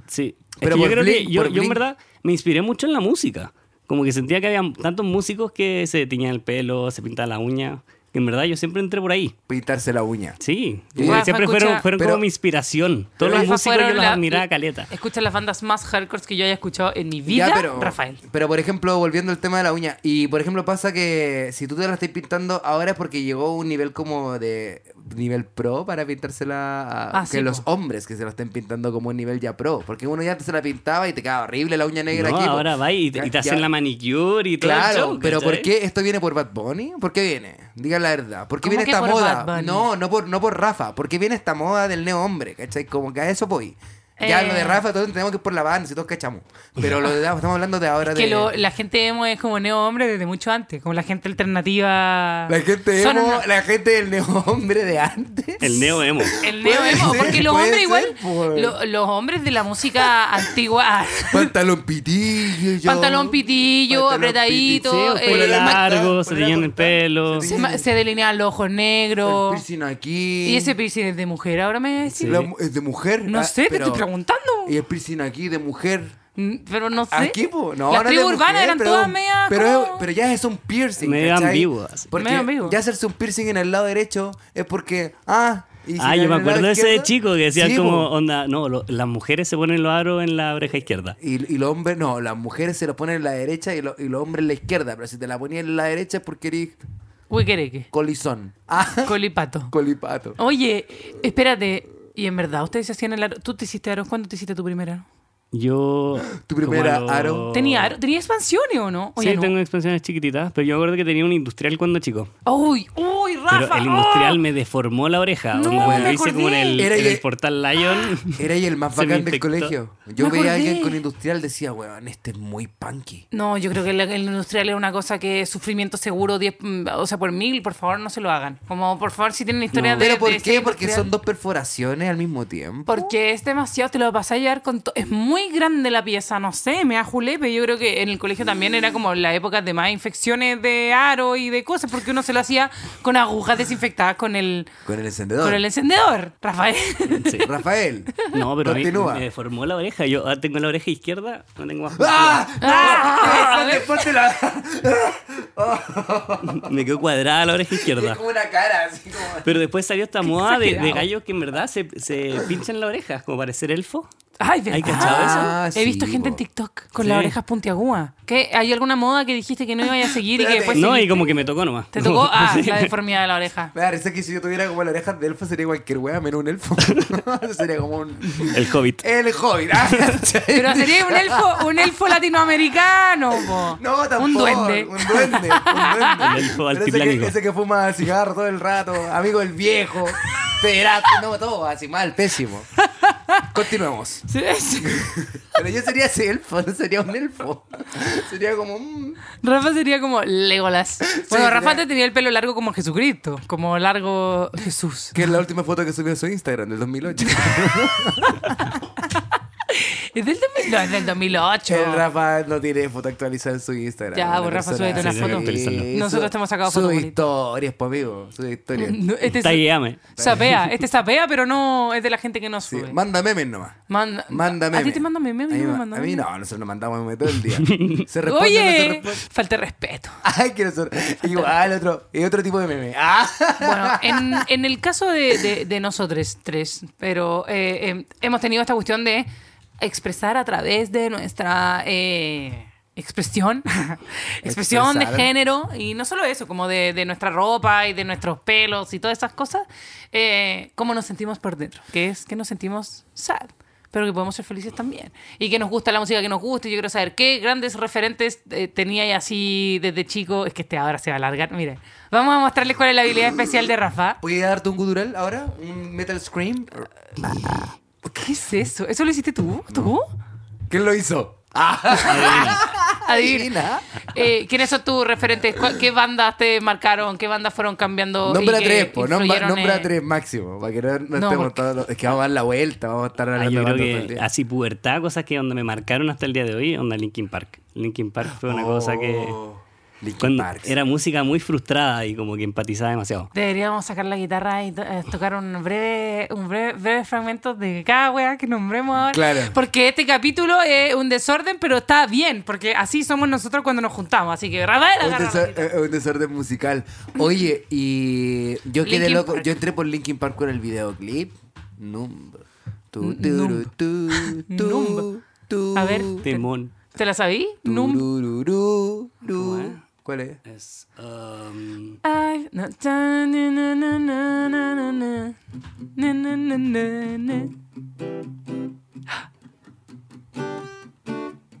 Sí. Es Pero que yo por creo Blink, que yo, por yo en Blink. verdad me inspiré mucho en la música. Como que sentía que había tantos músicos que se teñían el pelo, se pintaban la uña. en verdad yo siempre entré por ahí. Pintarse la uña. Sí, Sí. Como que Rafa, siempre escucha, fueron, fueron pero- como mi inspiración. Todos Rafa los músicos fueron yo los la- admiraba caleta. Escucha las bandas más hardcore que yo haya escuchado en mi vida, Ya, pero, Rafael. Pero por ejemplo, volviendo al tema de la uña, y por ejemplo pasa que si tú te la estás pintando ahora es porque llegó un nivel como de nivel pro para pintársela a Ah, que sí, los po. hombres que se la estén pintando como un nivel ya pro, porque uno ya se la pintaba y te quedaba horrible la uña negra No, aquí. po. ahora va y, y Ya- te ya- hacen la manicure y todo el Claro, show, pero ¿por ¿cachai? qué esto viene por Bad Bunny? ¿Por qué viene? Digan la verdad. ¿Por qué ¿Cómo viene que esta por Bad moda? Bunny? No, no por, no por Rafa. ¿Por qué viene esta moda del neo hombre? ¿Cachai? Como que a eso voy. Ya Eh. lo de Rafa, todos entendemos que es por la banda, si todos cachamos. Pero lo de, estamos hablando de ahora Que de. lo- la gente emo es como neo hombre desde mucho antes, como la gente alternativa. La gente Son emo, una- la gente del neo hombre de antes. El neo emo. El neo Puede emo, ser, porque los puede hombres ser, igual, pues. lo- los hombres de la música antigua, ah, Pantalón pitillo. yo- pantalón pitillo, pantalón apretadito, Sí, pitillo, eh, pelo polera largo, cortada, se polera teñían el cortada, pelo. se se, teñían ma- se delineaban los ojos el negros. piercing aquí. Y ese piercing es de mujer, ahora me decís. La mu- es de mujer. No ah, sé, te pero- estoy preguntando. Y el piercing aquí de mujer. Mm, Pero no sé. Aquí, po. No, Las no tribus de urbanas mujer, eran pero- todas medias Pero, como- pero ya es un piercing. Medio ¿cachai? ambiguo, así. Porque Medio ambiguo. ya hacerse un piercing en el lado derecho es porque. Ah, y si Ah, en el yo me lado acuerdo de ese izquierdo- chico que decía Sí, como, po. onda, no, lo- las mujeres se ponen los aros en la oreja izquierda. Y, y los hombres, no, las mujeres se lo ponen en la derecha y, lo- y los hombres en la izquierda. Pero si te la ponías en la derecha es porque eres Huequereque, colizón. Ah, colipato. colipato. Oye, espérate. Y en verdad, ustedes se hacían el aro. ¿Tú te hiciste aro? ¿Cuándo te hiciste tu primer aro? Yo... Tu como primera a los- aro. ¿Tenía aro? ¿Tenía expansiones o no? Oye, Oh. Sí, no. tengo expansiones chiquititas, pero yo me acuerdo que tenía un industrial cuando chico. Uy, uy, Rafa. Pero el ¡oh! industrial me deformó la oreja. No, onda, me lo hice como en el, acordé. en Era- el portal Lion. Era ahí el más Se me bacán del infectó. colegio. Yo Me veía a alguien acordé. con industrial decía, weón, este es muy punky. No, yo creo que el, el industrial es una cosa que es sufrimiento seguro, 10, mm, o sea, por mil, por favor, no se lo hagan. Como, por favor, si tienen historias de. ¿Pero por de qué? ser Porque industrial. son dos perforaciones al mismo tiempo. Porque es demasiado, te lo vas a llevar con todo. Es muy grande la pieza, no sé, me da julepe. Yo creo que en el colegio también era como la época de más infecciones de aro y de cosas, porque uno se lo hacía con agujas desinfectadas con el, Con el encendedor. con el encendedor, Rafael. Sí. Rafael. No, pero a mí Continúa. me deformó la oreja. Yo ah, tengo la oreja izquierda, no tengo más. ¡Ah! Ah, ¡Ah! Después te la... Me quedó cuadrada la oreja izquierda. Es como una cara, así como... Pero después salió esta moda de, de exagerado. gallos que en verdad se, se pinchan la oreja, como parecer elfo. Ay, ¿verdad? Ay, ¿cachado eso? Ah, He sí, visto gente en po. TikTok con Sí. las orejas puntiagudas. ¿Qué? ¿Hay alguna moda que dijiste que no iba a seguir y que después No, y seguiste? como que me tocó nomás. Pues te tocó? Ah, Sí. la deformidad de la oreja. Me parece que si yo tuviera como la oreja de elfo sería cualquier wea menos un elfo. sería como un... El hobbit. Este El hobbit. ¿ah? ¿Cachai? Pero sería un elfo, un elfo latinoamericano, po. No, tampoco. Un duende. Un duende. Un duende. El elfo Pero Ese altiplánico. que, ese que fuma cigarro todo el rato. Amigo del viejo. Pederasta. No, todo así mal, pésimo. Continuemos. Sí, sí. Pero yo sería ese elfo, no sería un elfo. Sería como mm. un... Rafa sería como Legolas. Bueno, Rafa sería- te tenía el pelo largo como Jesucristo, como largo Jesús. Que es la última foto que subió a su Instagram del 2008. Es del, 2000, no, es del 2008. El Rafa no tiene foto actualizada en su Instagram. Ya, pues, Rafa, persona- súbete una Sí, foto. tiene que actualizarla. Nosotros te hemos sacado fotos Sus bonitas. historias, pues, amigo. Sus historias. No, Este es, Tagueame. sapea, este sapea, pero no es de la gente que no Sí, sube. Manda memes nomás. Manda, Manda memes. pues. A ti te manda meme, a mí A no mí me ma- manda A mí meme. no, nosotros nos mandamos memes todo el día. Se responde, no se Oye, responde. falta de respeto. Ay, que nosotros. Igual, otro, y otro tipo de meme. Ah. Bueno, en, en el caso de, de- de nosotros tres, pero eh, eh, hemos tenido esta cuestión de expresar a través de nuestra eh, expresión, expresión de Expresar. género, y no solo eso, como de, de nuestra ropa y de nuestros pelos y todas esas cosas, eh, cómo nos sentimos por dentro, que es que nos sentimos sad. Pero que podemos ser felices también. Y que nos gusta la música que nos gusta. Y yo quiero saber qué grandes referentes eh, tenía y así desde chico. Es que este ahora se va a alargar. Miren, vamos a mostrarles cuál es la habilidad especial de Rafa. ¿Voy a darte un gutural ahora? ¿Un metal scream? ¿Qué es eso? ¿Eso lo hiciste tú? ¿Tú? ¿Quién lo hizo? Ah. Adivina. Adivina. Eh, ¿Quiénes son tus referentes? ¿Cuál- ¿Qué bandas te marcaron? ¿Qué bandas fueron cambiando? y Nombra que tres, po, nombra, influyeron, nombra eh? tres máximo. Para que no, no No, estemos porque- todos. los- Es que vamos a dar la vuelta, vamos a estar Ah, hablando yo de creo bandas todo el que día. así pubertad, cosas que donde me marcaron hasta el día de hoy, onda Linkin Park. Linkin Park fue una cosa que... Oh. Linkin Cuando Park. era música muy frustrada y como que empatizaba demasiado. Deberíamos sacar la guitarra y to- eh, tocar un breve, un breve, breves fragmentos de cada weá que nombremos ahora. Claro. Porque este capítulo es un desorden, pero está bien, porque así somos nosotros cuando nos juntamos. Así que Rafael Un, agarra la desor- guitarra. eh, un desorden musical. Oye, y yo quedé Linkin loco. Park. Yo entré por Linkin Park con el videoclip. Numb. Tu, N- turu, tu, tu, Numb. tu, A ver. Temón. ¿Te la sabí? Num- turururu, ¿Cómo es? ¿Cuál es? Es, um, I've not done- na, na, na, na, na, na. Na, na, na, na, na.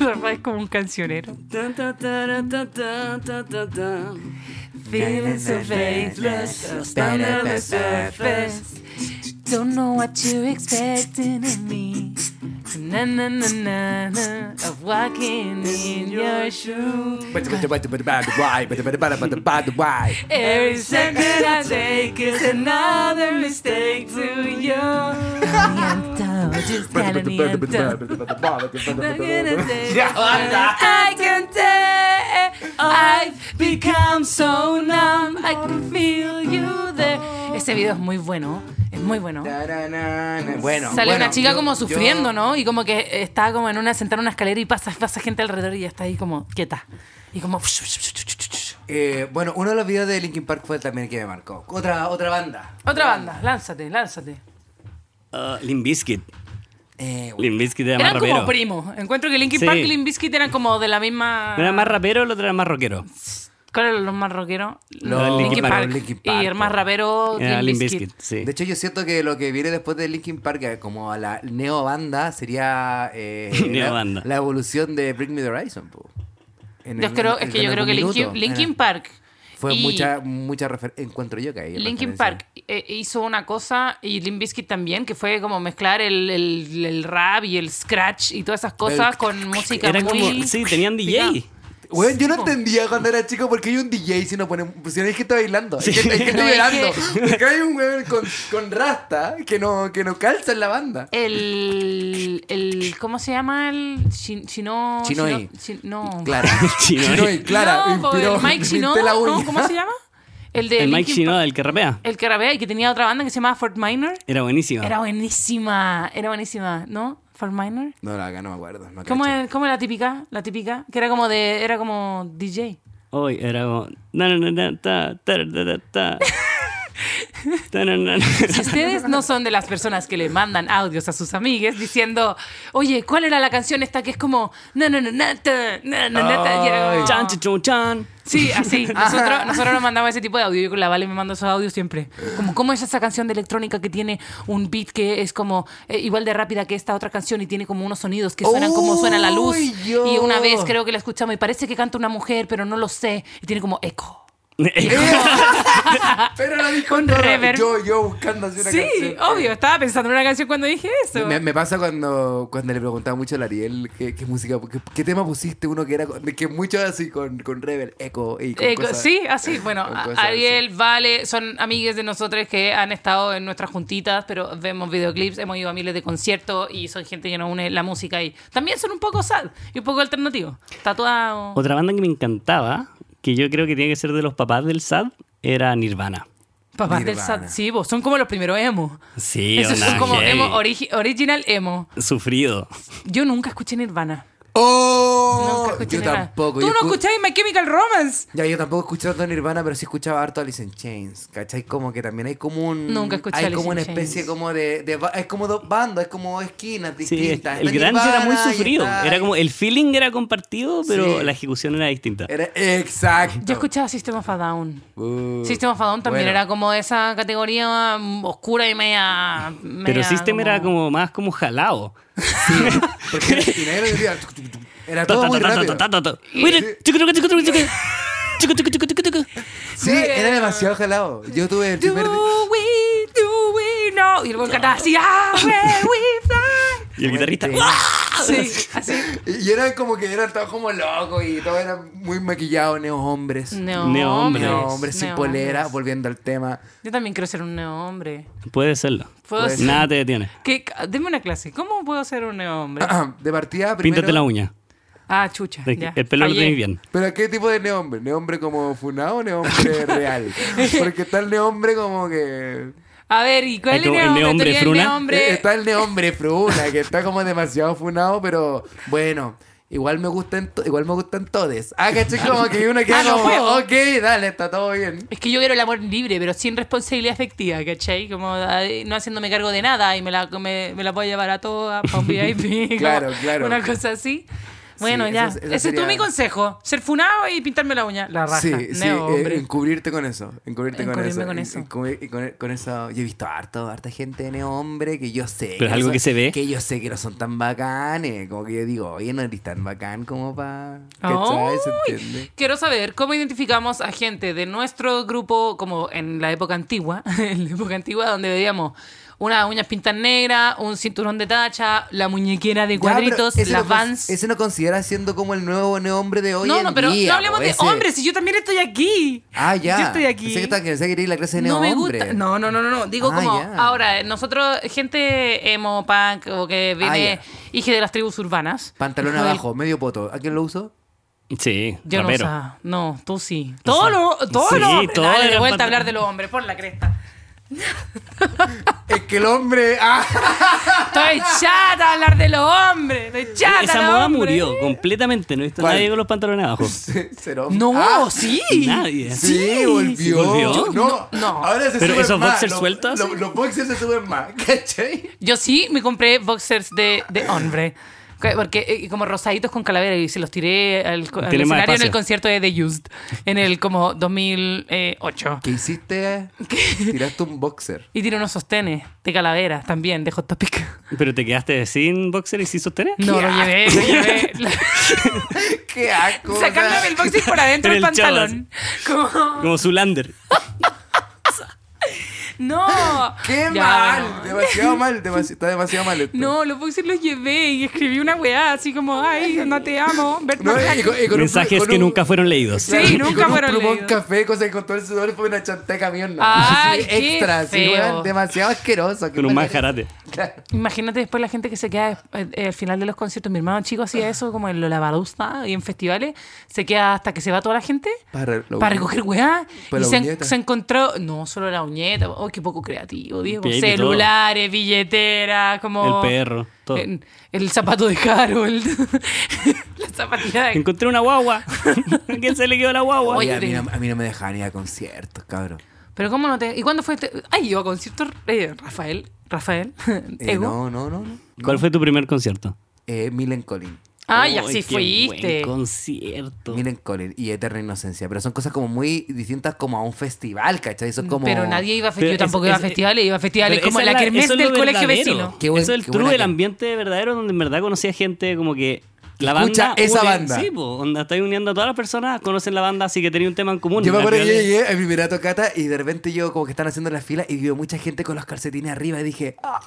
Rafa es como un cancionero. tan, tan, tan, tan, tan, tan, tan, tan. Feeling so faithless, lost under the surface. Don't know what you're expecting of me. Na na na na na. Of walking in your shoes. Every second I take is another mistake to you. Just telling me I'm done. Ya basta. I can tell I've become so numb. I can feel you there. Ese Este video es muy bueno. Es muy bueno. Tararana. Bueno, Sale bueno, una chica yo- como yo- sufriendo, ¿no? Y como que está como en una sentada en una escalera y pasa, pasa gente alrededor y ya está ahí como quieta. Y como. Eh, bueno, uno de los videos de Linkin Park fue también el que me marcó. Otra, otra banda. Otra banda, lánzate, lánzate. Uh, Limp Bizkit. Eh, Limp Bizkit era más Eran rapero. como primos. Encuentro que Linkin Sí. Park y Limp Bizkit eran como de la misma. Uno era más rapero, el otro era más rockero. ¿Cuál era los más rockeros? Los Linkin Park. Linkin Y el Park. más rapero, Era Limp Limp Bizkit. Bizkit, sí. De hecho, yo siento que lo que viene después de Linkin Park, eh, como a la neobanda, sería eh, Neobanda. la, la evolución de Bring Me the Horizon. po. En- Yo en- creo, en- es que en yo creo algún que Linkin, minuto. Linkin Era- Park. Fue y mucha, mucha refer- encuentro yo que hay. Linkin referencia. Park eh, hizo una cosa y Limp Bizkit también, que fue como mezclar el, el- el rap y el scratch y todas esas cosas con música Era muy... como, sí, tenían DJ. Weón, yo no Sí, po. entendía cuando era chico porque hay un DJ si no pone, si no hay gente bailando, hay Sí. gente, hay gente No, es bailando. que- Porque hay un weón con, con rasta que no, que no calza en la banda. El, el... ¿Cómo se llama el...? Shin- Shino... Shinoi. Shin- no. Clara. Chino, Chinoy, Clara. No, po, inspiró- el Mike pinté Shinoda, la uña. ¿no? ¿Cómo se llama? El de El Mike Linkin Shinoda, Park. el que rapea. El que rapea y que tenía otra banda que se llamaba Fort Minor. Era buenísimo. Era buenísima, era buenísima, ¿no? Fort Minor. No, la acá no me acuerdo. No ¿Cómo, cacho. es- cómo es la típica? La típica, que era como de, era como DJ. Hoy era como... na, na, na, na, ta, ta, ta, ta, ta. Ta, na, na, na. Si ustedes no son de las personas que le mandan audios a sus amigues diciendo, oye, ¿cuál era la canción esta que es como, no, no, no, no, ta, no, no, no, ta", y era como- Chan, chan, chan, chan. Sí, así. Nosotros, nosotros nos mandamos ese tipo de audio. Yo con la Vale me mando esos audios siempre. Como, ¿cómo es esa canción de electrónica que tiene un beat que es como eh, igual de rápida que esta otra canción y tiene como unos sonidos que suenan como suena la luz? ¡Uy, yo! Y una vez creo que la escuchamos y parece que canta una mujer, pero no lo sé. Y tiene como eco. Eh, Pero la dijo Con toda. reverb. Yo, yo buscando así una Sí, canción. obvio. Estaba pensando en una canción cuando dije eso. Me, me pasa cuando, cuando le preguntaba mucho a Ariel qué, qué música, qué, qué tema pusiste, uno que era con- que mucho así con, con Rebel, Echo y con Eh, co- cosas. sí, así, bueno, con a- cosas Ariel, Vale, son amigues de nosotros que han estado en nuestras juntitas, pero vemos videoclips, hemos ido a miles de conciertos y son gente que nos une la música y también son un poco sad y un poco alternativo. Tatuado. Otra banda que me encantaba, que yo creo que tiene que ser de los papás del SAD, era Nirvana. Papás del Nirvana. sad, sí, vos, son como los primeros emo. Sí, Esos son onda, como heavy. emo, origi- original emo. Sufrido. Yo nunca escuché Nirvana. ¡Oh! Nunca escuché yo Nirvana. tampoco. Tú yo no escu- escuchabas My Chemical Romance. Ya, yo tampoco escuché tanto Nirvana, pero sí escuchaba harto Alice in Chains, ¿cachai? Como que también hay como un... Nunca escuché Hay Alice como in una especie Chains. como de... de ba- es como dos bandos, es como esquinas Sí, distintas. el Está grunge era muy Nirvana y sufrido. está- Era como el feeling era compartido, pero Sí. Eh, la ejecución era distinta. Era- Exacto. Yo escuchaba System of a Down. Uh, System of a Down también bueno. era como esa categoría mm, oscura y media. Pero media System era como más como jalado. Porque era esquinero, yo decía, Era todo muy rápido. Mira, chucu, chucu, chucu, chucu. Chucu, chucu, chucu, chucu, chucu. Sí, era demasiado jalado. Yo tuve el Do we, primer... do we know? Y luego cantaba así, ah, where we fly. Y el guitarrista. Sí. Sí, así. Y era como que eran todos como locos y todos eran muy maquillados, neo hombres. Neo hombres. Neo hombres. Neo hombres sin neo polera, hombres. volviendo al tema. Yo también quiero ser un neo hombre. Puede serlo. Puedo Puede ser- Nada te detiene. Ah. ¿Qué? Deme una clase. ¿Cómo puedo ser un neo hombre? De partida, primero. Píntate la uña. Ah, chucha. De- ya. El pelo lo Fallé. tenéis bien. Pero ¿qué tipo de neombre? ¿Neombre como funado o neombre real? Porque está el neombre como que... eh, A ver, ¿y cuál Ay, es como el el neombre? neombre Tenía fruna. Eh, El neombre... Está el neombre fruna, que está como demasiado funado, pero bueno... Igual me gustan, to- igual me gustan todes. Ah, caché como que uno queda Ah, no como, juego. ok, dale, está todo bien. Es que yo quiero el amor libre, pero sin responsabilidad afectiva, ¿cachai? Como ah, no haciéndome cargo de nada y me la, me, me la voy a llevar a todas para un VIP. como Claro, claro. Una cosa así. Bueno, Sí, ya. eso- eso Ese es sería- tú mi consejo. Ser funado y pintarme la uña. La raja. Sí, sí, Neo, eh, hombre. encubrirte con eso. Encubrirte con Encubrirme eso. con en- eso. encubrir- y con, con eso. Yo he visto harto, harta gente de neombre que yo sé. Pero es no algo son- que se ve. Que yo sé que no son tan bacanes. Como que yo digo, oye, no eres tan bacán como pa. ¡Ay! ¿Cachai? ¿Se entiende? Quiero saber cómo identificamos a gente de nuestro grupo, como en la época antigua, en la época antigua donde veíamos unas uñas pintas negras, un cinturón de tacha, la muñequera de Ya, pero cuadritos, ese las no cons- Vans. Ese no considera siendo como el nuevo neombre de hoy. No, en no, pero día, no hablemos po, de ese- hombres, si yo también estoy aquí. Ah, ya. Yo estoy aquí. Pensé que, estaba- pensé que era la clase de no neombre. me gusta. No, no, no, no, no. Digo Ah, como ya. ahora, eh, nosotros, gente emo, punk, o que viene Ah, ya. hija de las tribus urbanas. Pantalón Hijo del- abajo, medio poto. ¿A quién lo uso? Sí, Yo no rapero. usaba. No, tú sí. Todo lo, todo Sí, lo hombre. todo Dale, de era vuelta a pat- hablar de los hombres, por la cresta. es que el hombre. Ah, Estoy chata de hablar de los hombres. Estoy chata Esa de los moda hombres. murió completamente. No he visto a ¿Cuál? nadie con los pantalones abajo. será hombre. No, Ah. sí. Nadie. Sí, volvió. volvió. Yo- No, No, no. Ahora se Pero suben esos más. boxers Los- sueltos, Los, ¿sí? los boxers se suben más, ¿cachai? Yo sí me compré boxers de, de hombre. Que- Porque eh, como rosaditos con calavera y se los tiré al, co- al Tiene más escenario en el espacio. concierto de The Used en el como 2008. ¿Qué hiciste? Tiraste un boxer. Y tiré unos sostenes de calavera también, de Hot Topic. Pero te quedaste sin boxer y sin sostener. No, lo llevé, lo llevé. ¡Qué asco! o sea, Sacándome el boxer por adentro del En el show, pantalón. Como, Como Zulander. no. ¡Qué Ya, mal! bueno. Demasiado mal. demasi- está demasiado mal esto. No, los boxers los llevé y escribí una weá así como, ay, no te amo. Bert No, Bacharach. y con- y con un- Mensajes con que un- nunca fueron leídos. Sí, y nunca con un fueron plumón leídos. café, cosa que con todo el sudor fue una chanta de camión. No. Ay, Sí, qué extra, sí, feo. weón, demasiado asqueroso. qué Con un mal- manjarate. Claro. Imagínate después la gente que se queda eh, eh, al final de los conciertos. Mi hermano chico hacía eso como en Lollapalooza y en festivales. Se queda hasta que se va toda la gente Para lo- para recoger weá. Para y Pues la se, en- uñeta. se encontró... No, solo la uñeta. Oh, qué poco creativo, Diego. Bien, de todo. Celulares, billeteras, como... El perro, todo. Oh. en- el zapato de Harold. la zapatilla de... Encontré una guagua. ¿A quién se le quedó la guagua? Oye, Oye, a mí, te- no, a mí no me dejaban ir a conciertos, cabrón. Pero cómo no te... ¿Y cuándo fue este...? Ay, yo a conciertos... eh, Rafael. Rafael. Eh, Ego. no, no, no. no. ¿Cuál fue tu primer concierto? Eh, Milen Collin. Ay, Ay, así qué Ah, fuiste. buen concierto. Miren Collin y Eterna Inocencia, pero son cosas como muy distintas como a un festival, ¿cachai? Son como... Pero nadie iba a Pero festivales. Yo es- tampoco iba a es- festivales. Iba a festivales Pero como esa la es kermés eso es del lo colegio verdadero. vecino. Qué buen- eso es el qué true buena del que- ambiente verdadero donde en verdad conocía gente como que... La banda, Escucha esa une- banda. Sí, po, onda, estáis uniendo a todas las personas, conocen la banda, así que tenéis un tema en común. Yo me Al acuerdo que yo final es- llegué a mi primera tocata y de repente yo como que están haciendo la fila y veo mucha gente con los calcetines arriba y dije... "Ah".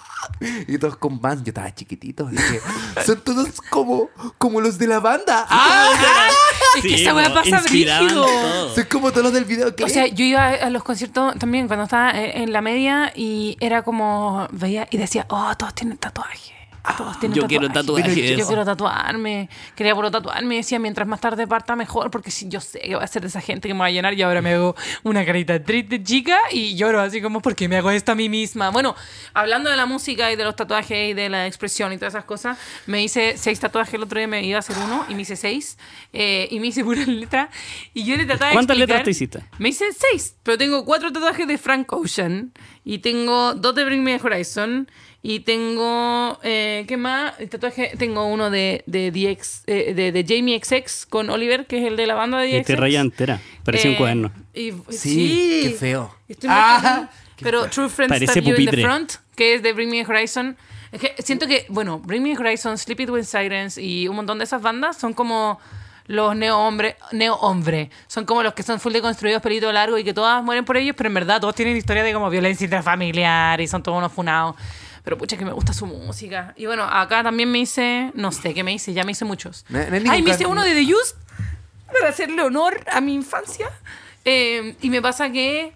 Y todos con bands, yo estaba chiquitito. y dije, son todos como, como los de la banda. ¡Ah! Es que Sí, esa weá po, pasa inspiraban brígido. todo. Son como todos los del video. O sea, yo iba a los conciertos también cuando estaba eh, en la media y era como, veía y decía, oh, todos tienen tatuaje. Todos tienen Ah, yo quiero tatuajes. Yo quiero tatuarme. Quería puro tatuarme. Y decía, mientras más tarde parta, mejor. Porque si yo sé que va a ser de esa gente que me va a llenar. Y ahora me hago una carita triste, chica. Y lloro así como, ¿por qué me hago esto a mí misma? Bueno, hablando de la música y de los tatuajes y de la expresión y todas esas cosas, me hice seis tatuajes. El otro día me iba a hacer uno y me hice seis. eh, y me hice pura letra. Y yo le trataba de ¿Cuántas letras explicar- te hiciste? me hice seis, pero tengo cuatro tatuajes de Frank Ocean y tengo dos de Bring Me the Horizon y tengo, eh, ¿qué más? El tatuaje, tengo uno de, de, DX, eh, de, de Jamie XX con Oliver, que es el de la banda de Y DXX. te raya entera, parecía Este un Eh, cuaderno. y- Sí, qué feo. Estoy Ah, marcando, qué pero feo. True Friends Parece Stab You in the pupitre. Front, que es de Bring Me the Horizon. Es que siento que, bueno, Bring Me the Horizon, Sleep It With Sirens y un montón de esas bandas son como los neo-hombre, neo-hombre. Son como los que son full deconstruidos, pelito largo y que todas mueren por ellos, pero en verdad todos tienen historia de como violencia intrafamiliar y son todos unos funados. Pero pucha, que me gusta su música. Y bueno, acá también me hice, no sé qué me hice, ya me hice muchos. No- no hay ningún Ay, me hice can- uno de The Used para hacerle honor a mi infancia. Eh, y me pasa que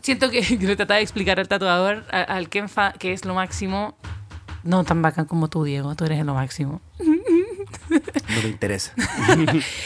siento que yo le trataba de explicar al tatuador, a- al Kenfa, que es lo máximo. No tan bacán como tú, Diego. Tú eres lo máximo. No me interesa.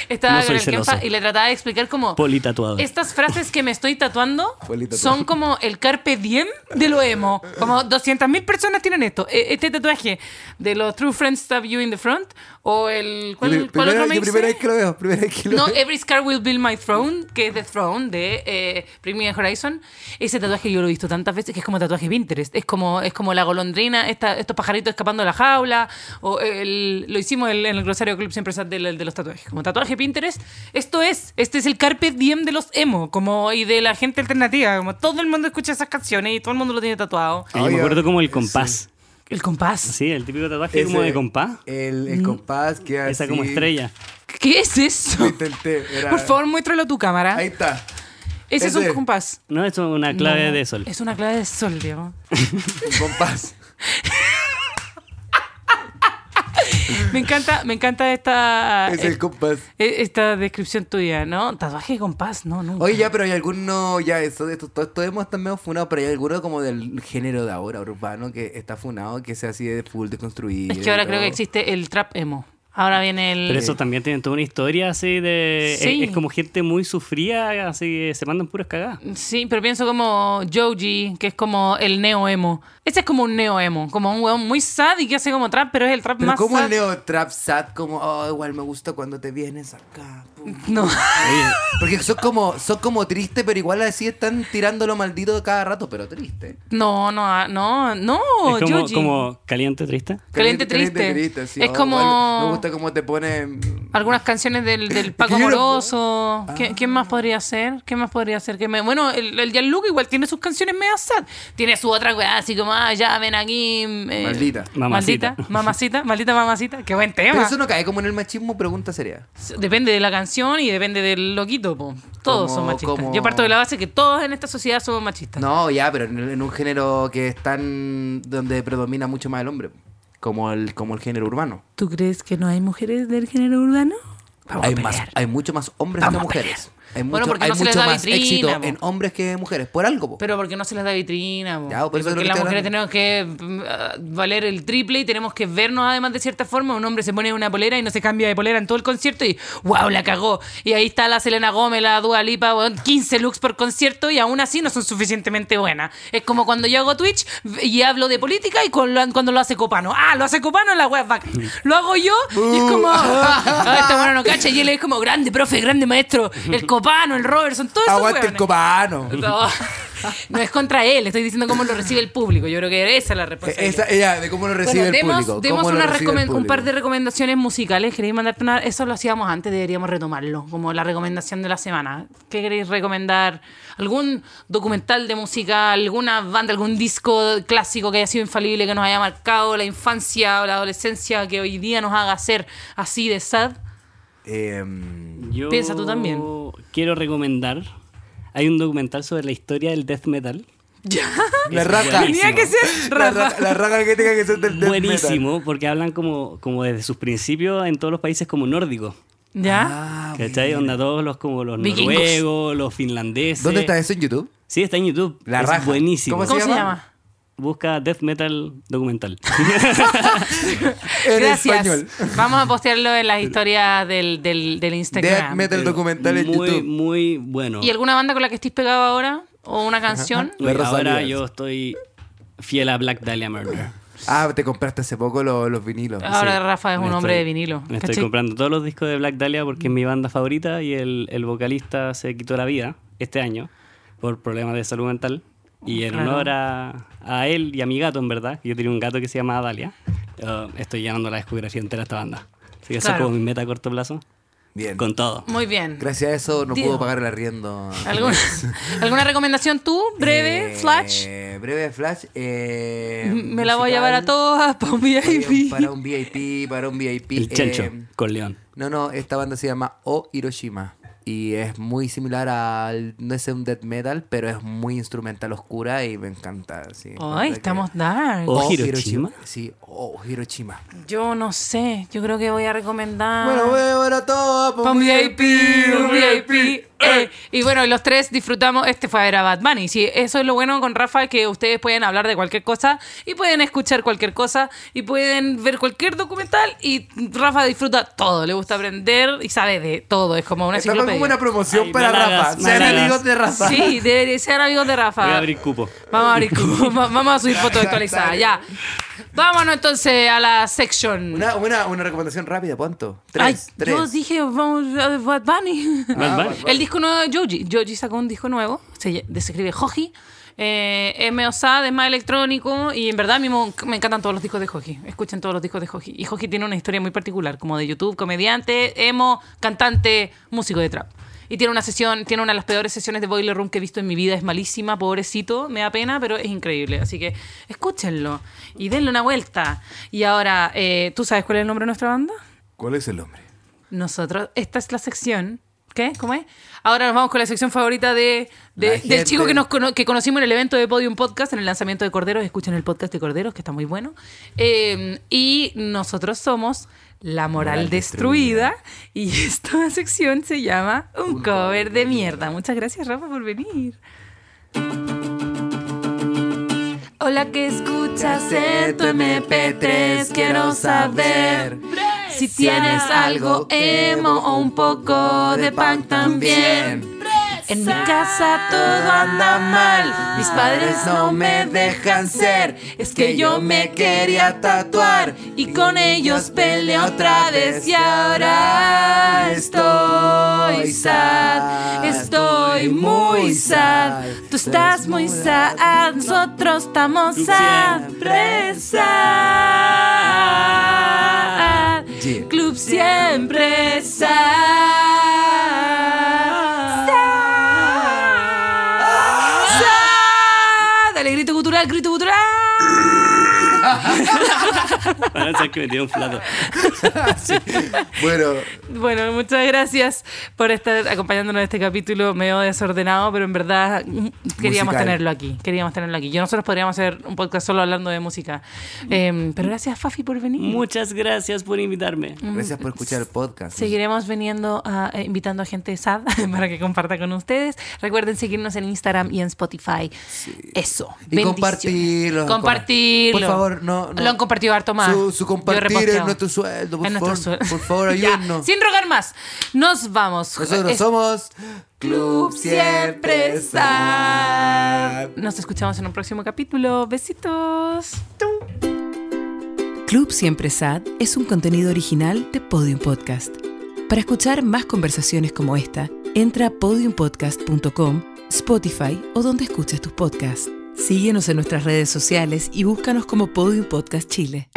Estaba No con soy el celoso. Kenfa y le trataba de explicar como Politatuado. estas frases que me estoy tatuando Politatuado. son como el carpe diem de lo emo. Como 200.000 personas tienen esto. E- Este tatuaje de los True Friends Stab You in the Front o el... ¿Cuál, Primera- cuál otro primera, me yo primera vez hice? que lo veo, primera vez que lo No, eh, veo. Every Scar Will Build My Throne, que es The Throne de eh, Bring Me the Horizon. Ese tatuaje yo lo he visto tantas veces que es como tatuaje Pinterest. Es como, es como la golondrina, esta- estos pajaritos escapando de la jaula. O el- lo hicimos el- en el Glosario Club siempre es del- de los tatuajes. Como tatuaje Pinterest, esto es. Este es el carpe diem de los emo como, y de la gente alternativa. Como todo el mundo escucha esas canciones y todo el mundo lo tiene tatuado. Y yo me Oye, acuerdo como el compás. El compás. Sí, el típico tatuaje como Ese- de compás. El, el compás que así. Esa como estrella. ¿Qué es eso? lo Intenté, era- Por favor, muéstralo a tu cámara. Ahí está. Ese es ese. un compás. No, eso es una clave No, de sol. Es una clave de sol, Diego. El compás. Me encanta, me encanta esta, es el compás. e- esta descripción tuya, ¿no? Tatuaje con paz, no, nunca. Oye, ya, pero hay alguno, ya, eso, esto, todo esto hemos estado medio funado, pero hay alguno como del género de ahora, urbano, que está funado, que sea así de full deconstruido. es que ahora y creo que todo. existe el trap emo. Ahora viene el. Pero eso también tiene toda una historia así de... eh, Sí. Es, es como gente muy sufrida, así se mandan puras cagadas. Sí, pero pienso como Joji, que es como el neo emo. Ese es como un neo emo, como un weón muy sad y que hace como trap, pero es el trap Pero más como sad. el neo trap sad, como, oh, igual me gusta cuando te vienes acá. pum. No. Porque sos como, sos como triste, pero igual así están tirando lo maldito cada rato, pero triste. No, no, no, no, es como, Joji. como caliente, triste. Caliente triste. sí. Es Oh, como- igual me gusta cómo te ponen. Algunas canciones del, del Paco que yo no puedo- Ah. Amoroso. ¿Qui- ¿Quién más podría ser? ¿Quién más podría ser? Que me... Bueno, el, el Gianluca igual tiene sus canciones medio sad. Tiene su otra weá, así como, ah, ya ven aquí. eh, Maldita. Maldita, Mamacita. mamacita, maldita mamacita. Qué buen Pero tema. eso no cae como en el machismo, pregunta seria. Depende de la canción y depende del loquito, po. Todos Como- son machistas. como- Yo parto de la base que todos en esta sociedad somos machistas. No, ya, pero en, en un género que es tan. donde predomina mucho más el hombre. Como el, como el género urbano. ¿Tú crees que no hay mujeres del género urbano? Vamos a hay, pelear. más, hay mucho más hombres Vamos que a pelear. mujeres. Hay mucho, Bueno, porque hay no se les mucho da más vitrina, éxito po. en hombres que mujeres. Por algo, po. Pero porque no se les da vitrina, po. Ya, por Y eso es lo porque que las estoy mujeres tenemos que mm, ah, valer el triple y tenemos que vernos además de cierta forma. Un hombre se pone una polera y no se cambia de polera en todo el concierto y wow, la cagó. Y ahí está la Selena Gómez, la Dua Lipa, weón, 15 looks por concierto y aún así no son suficientemente buenas. Es como cuando yo hago Twitch y hablo de política y con lo- cuando lo hace Copano. Ah, lo hace Copano, la wea es bacán. Lo hago yo y es Uh. como, ah, esta buena no cacha. Y él es como, grande profe, grande maestro. El Copano, el Robert, son todos esos Aguante el weones. Ah, este copano. No, no es contra él, estoy diciendo cómo lo recibe el público. Yo creo que esa es la Eh, responsabilidad. Esa, ella, de cómo lo recibe Bueno, el demos, público. demos cómo lo una recibe el recomen- un público. par de recomendaciones musicales. ¿Queréis mandarte una? Eso lo hacíamos antes, deberíamos retomarlo, como la recomendación de la semana. ¿Qué queréis recomendar? ¿Algún documental de música, alguna banda, algún disco clásico que haya sido infalible, que nos haya marcado la infancia o la adolescencia, que hoy día nos haga ser así de sad? Em, Yo Piensa tú también. Quiero recomendar. Hay un documental sobre la historia del death metal. Ah, Ya. la Es raja. buenísimo. Tenía que ser La Rafa. raja, la raja que tenga que ser del death metal. Buenísimo, porque hablan como, como desde sus principios en todos los países como nórdicos. ¿Ya? Ah, ¿Cachai? Onda todos los como los Vikingos. noruegos, los finlandeses. ¿Dónde está eso en YouTube? Sí, está en YouTube. La es raja. buenísimo. ¿Cómo ¿Cómo se llama? Busca death metal documental. En Gracias. español. Vamos a postearlo en las historias del, del, del Death Instagram. Metal documental en muy, YouTube. muy bueno. ¿Y alguna banda con la que estés pegado ahora? ¿O una canción? Oye, La ahora Rosalía. yo estoy fiel a Black Dahlia Murder. Ah, te compraste hace poco lo- los vinilos. Ahora Rafa es Me un estoy- hombre de vinilo. Me estoy ¿cachai? comprando todos los discos de Black Dahlia porque es mi banda favorita y el, el vocalista se quitó la vida este año por problemas de salud mental. Y en Claro. honor a, a él y a mi gato, en verdad, yo tenía un gato que se llamaba Dahlia, eh, estoy llenando la discografía entera de esta banda. Así que esa es Claro. como mi meta a corto plazo. Bien. Con todo. Muy bien. Gracias a eso no Dios. pudo pagar el arriendo. ¿Alguna, ¿Alguna recomendación tú? Breve, Eh, Flash. Breve Flash. eh, Me la voy a musical, llevar a todas para un VIP. Para un VIP, para un VIP. El Chencho, eh, con León. no, no, esta banda se llama O Hiroshima. Y es muy similar al. No es un death metal, pero es muy instrumental oscura y me encanta. sí, me encanta Ay, que- estamos dark. Oh. O Hiroshima. Sí, O Hiroshima. Yo no sé. Yo creo que voy a recomendar. Bueno, voy a llevar a todas. pa' para un VIP, un VIP. eh. Y bueno, los tres disfrutamos. Este fue a ver a Bad Bunny. Sí, eso es lo bueno con Rafa, que ustedes pueden hablar de cualquier cosa y pueden escuchar cualquier cosa y pueden ver cualquier documental. Y Rafa disfruta todo. Le gusta aprender y sabe de todo. Es como una Estamos como una enciclopedia. promoción Ay, para me Rafa. halagas, me Sean halagas. amigos de Rafa. Sí, debería ser amigos de Rafa. Voy a abrir cupo. Vamos a abrir cupo. Va- Vamos a subir fotos actualizadas. Ya. Vámonos entonces a la section. Una, una, una recomendación rápida, ¿cuánto? Tres, Ay, tres. Ah, yo dije, vamos a Bad Bunny. Bad Bunny. El disco nuevo de Joji. Joji sacó un disco nuevo, se, ll- se escribe Joji. Eh, es medio sad, es más electrónico y en verdad a mí mo- me encantan todos los discos de Joji. Escuchen todos los discos de Joji. Y Joji tiene una historia muy particular, como de YouTube, comediante, emo, cantante, músico de trap. Y tiene una sesión, tiene una de las peores sesiones de Boiler Room que he visto en mi vida. Es malísima, pobrecito, me da pena, pero es increíble. Así que escúchenlo y denle una vuelta. Y ahora, eh, ¿tú sabes cuál es el nombre de nuestra banda? ¿Cuál es el hombre? Nosotros, esta es la sección. ¿Qué? ¿Cómo es? Ahora nos vamos con la sección favorita de, de- La gente. del chico que, nos cono- que conocimos en el evento de Podium Podcast, en el lanzamiento de Corderos. Escuchen el podcast de Corderos, que está muy bueno. Eh, y nosotros somos La Moral, Moral destruida. Y esta sección se llama Un, cover de mierda. Muchas gracias, Rafa, por venir. Hola, ¿qué escuchas en tu MP3? Quiero saber. Si tienes algo emo o un poco de punk también. En mi casa todo anda mal, mis padres no me dejan ser. Es que yo me quería tatuar y con ellos peleé otra vez. Y ahora estoy sad, estoy muy sad. Tú estás muy sad, nosotros estamos sad, re sad. Yeah. Club siempre sad. Sad. Sad. Dale, grito cultural, grito cultural. Van a pensar que me tiré un plato. Bueno, Bueno, muchas gracias por estar acompañándonos en este capítulo medio desordenado, pero en verdad mm, queríamos Musical. tenerlo aquí. Queríamos tenerlo aquí. Yo nosotros podríamos hacer un podcast solo hablando de música. Eh, pero gracias, Fafi, por venir. Muchas gracias por invitarme. Mm. gracias por escuchar el podcast. Seguiremos viniendo a, eh, invitando a gente sad para que comparta con ustedes. Recuerden seguirnos en Instagram y en Spotify. Eso. Y Bendiciones. compartirlo. Compartirlo. Por favor, no, no. Lo han compartido harto más. Su- su Yo he compartir reposteado. es nuestro sueldo, por Es nuestro favor. sueldo. Por favor, Ya, ayúdennos. Sin rogar más. Nos vamos. Nosotros Es- somos Club Siempre Sad. Nos escuchamos en un próximo capítulo. Besitos. Club Siempre Sad es un contenido original de Podium Podcast. Para escuchar más conversaciones como esta, entra a podiumpodcast.com, Spotify o donde escuches tus podcasts. Síguenos en nuestras redes sociales y búscanos como Podium Podcast Chile.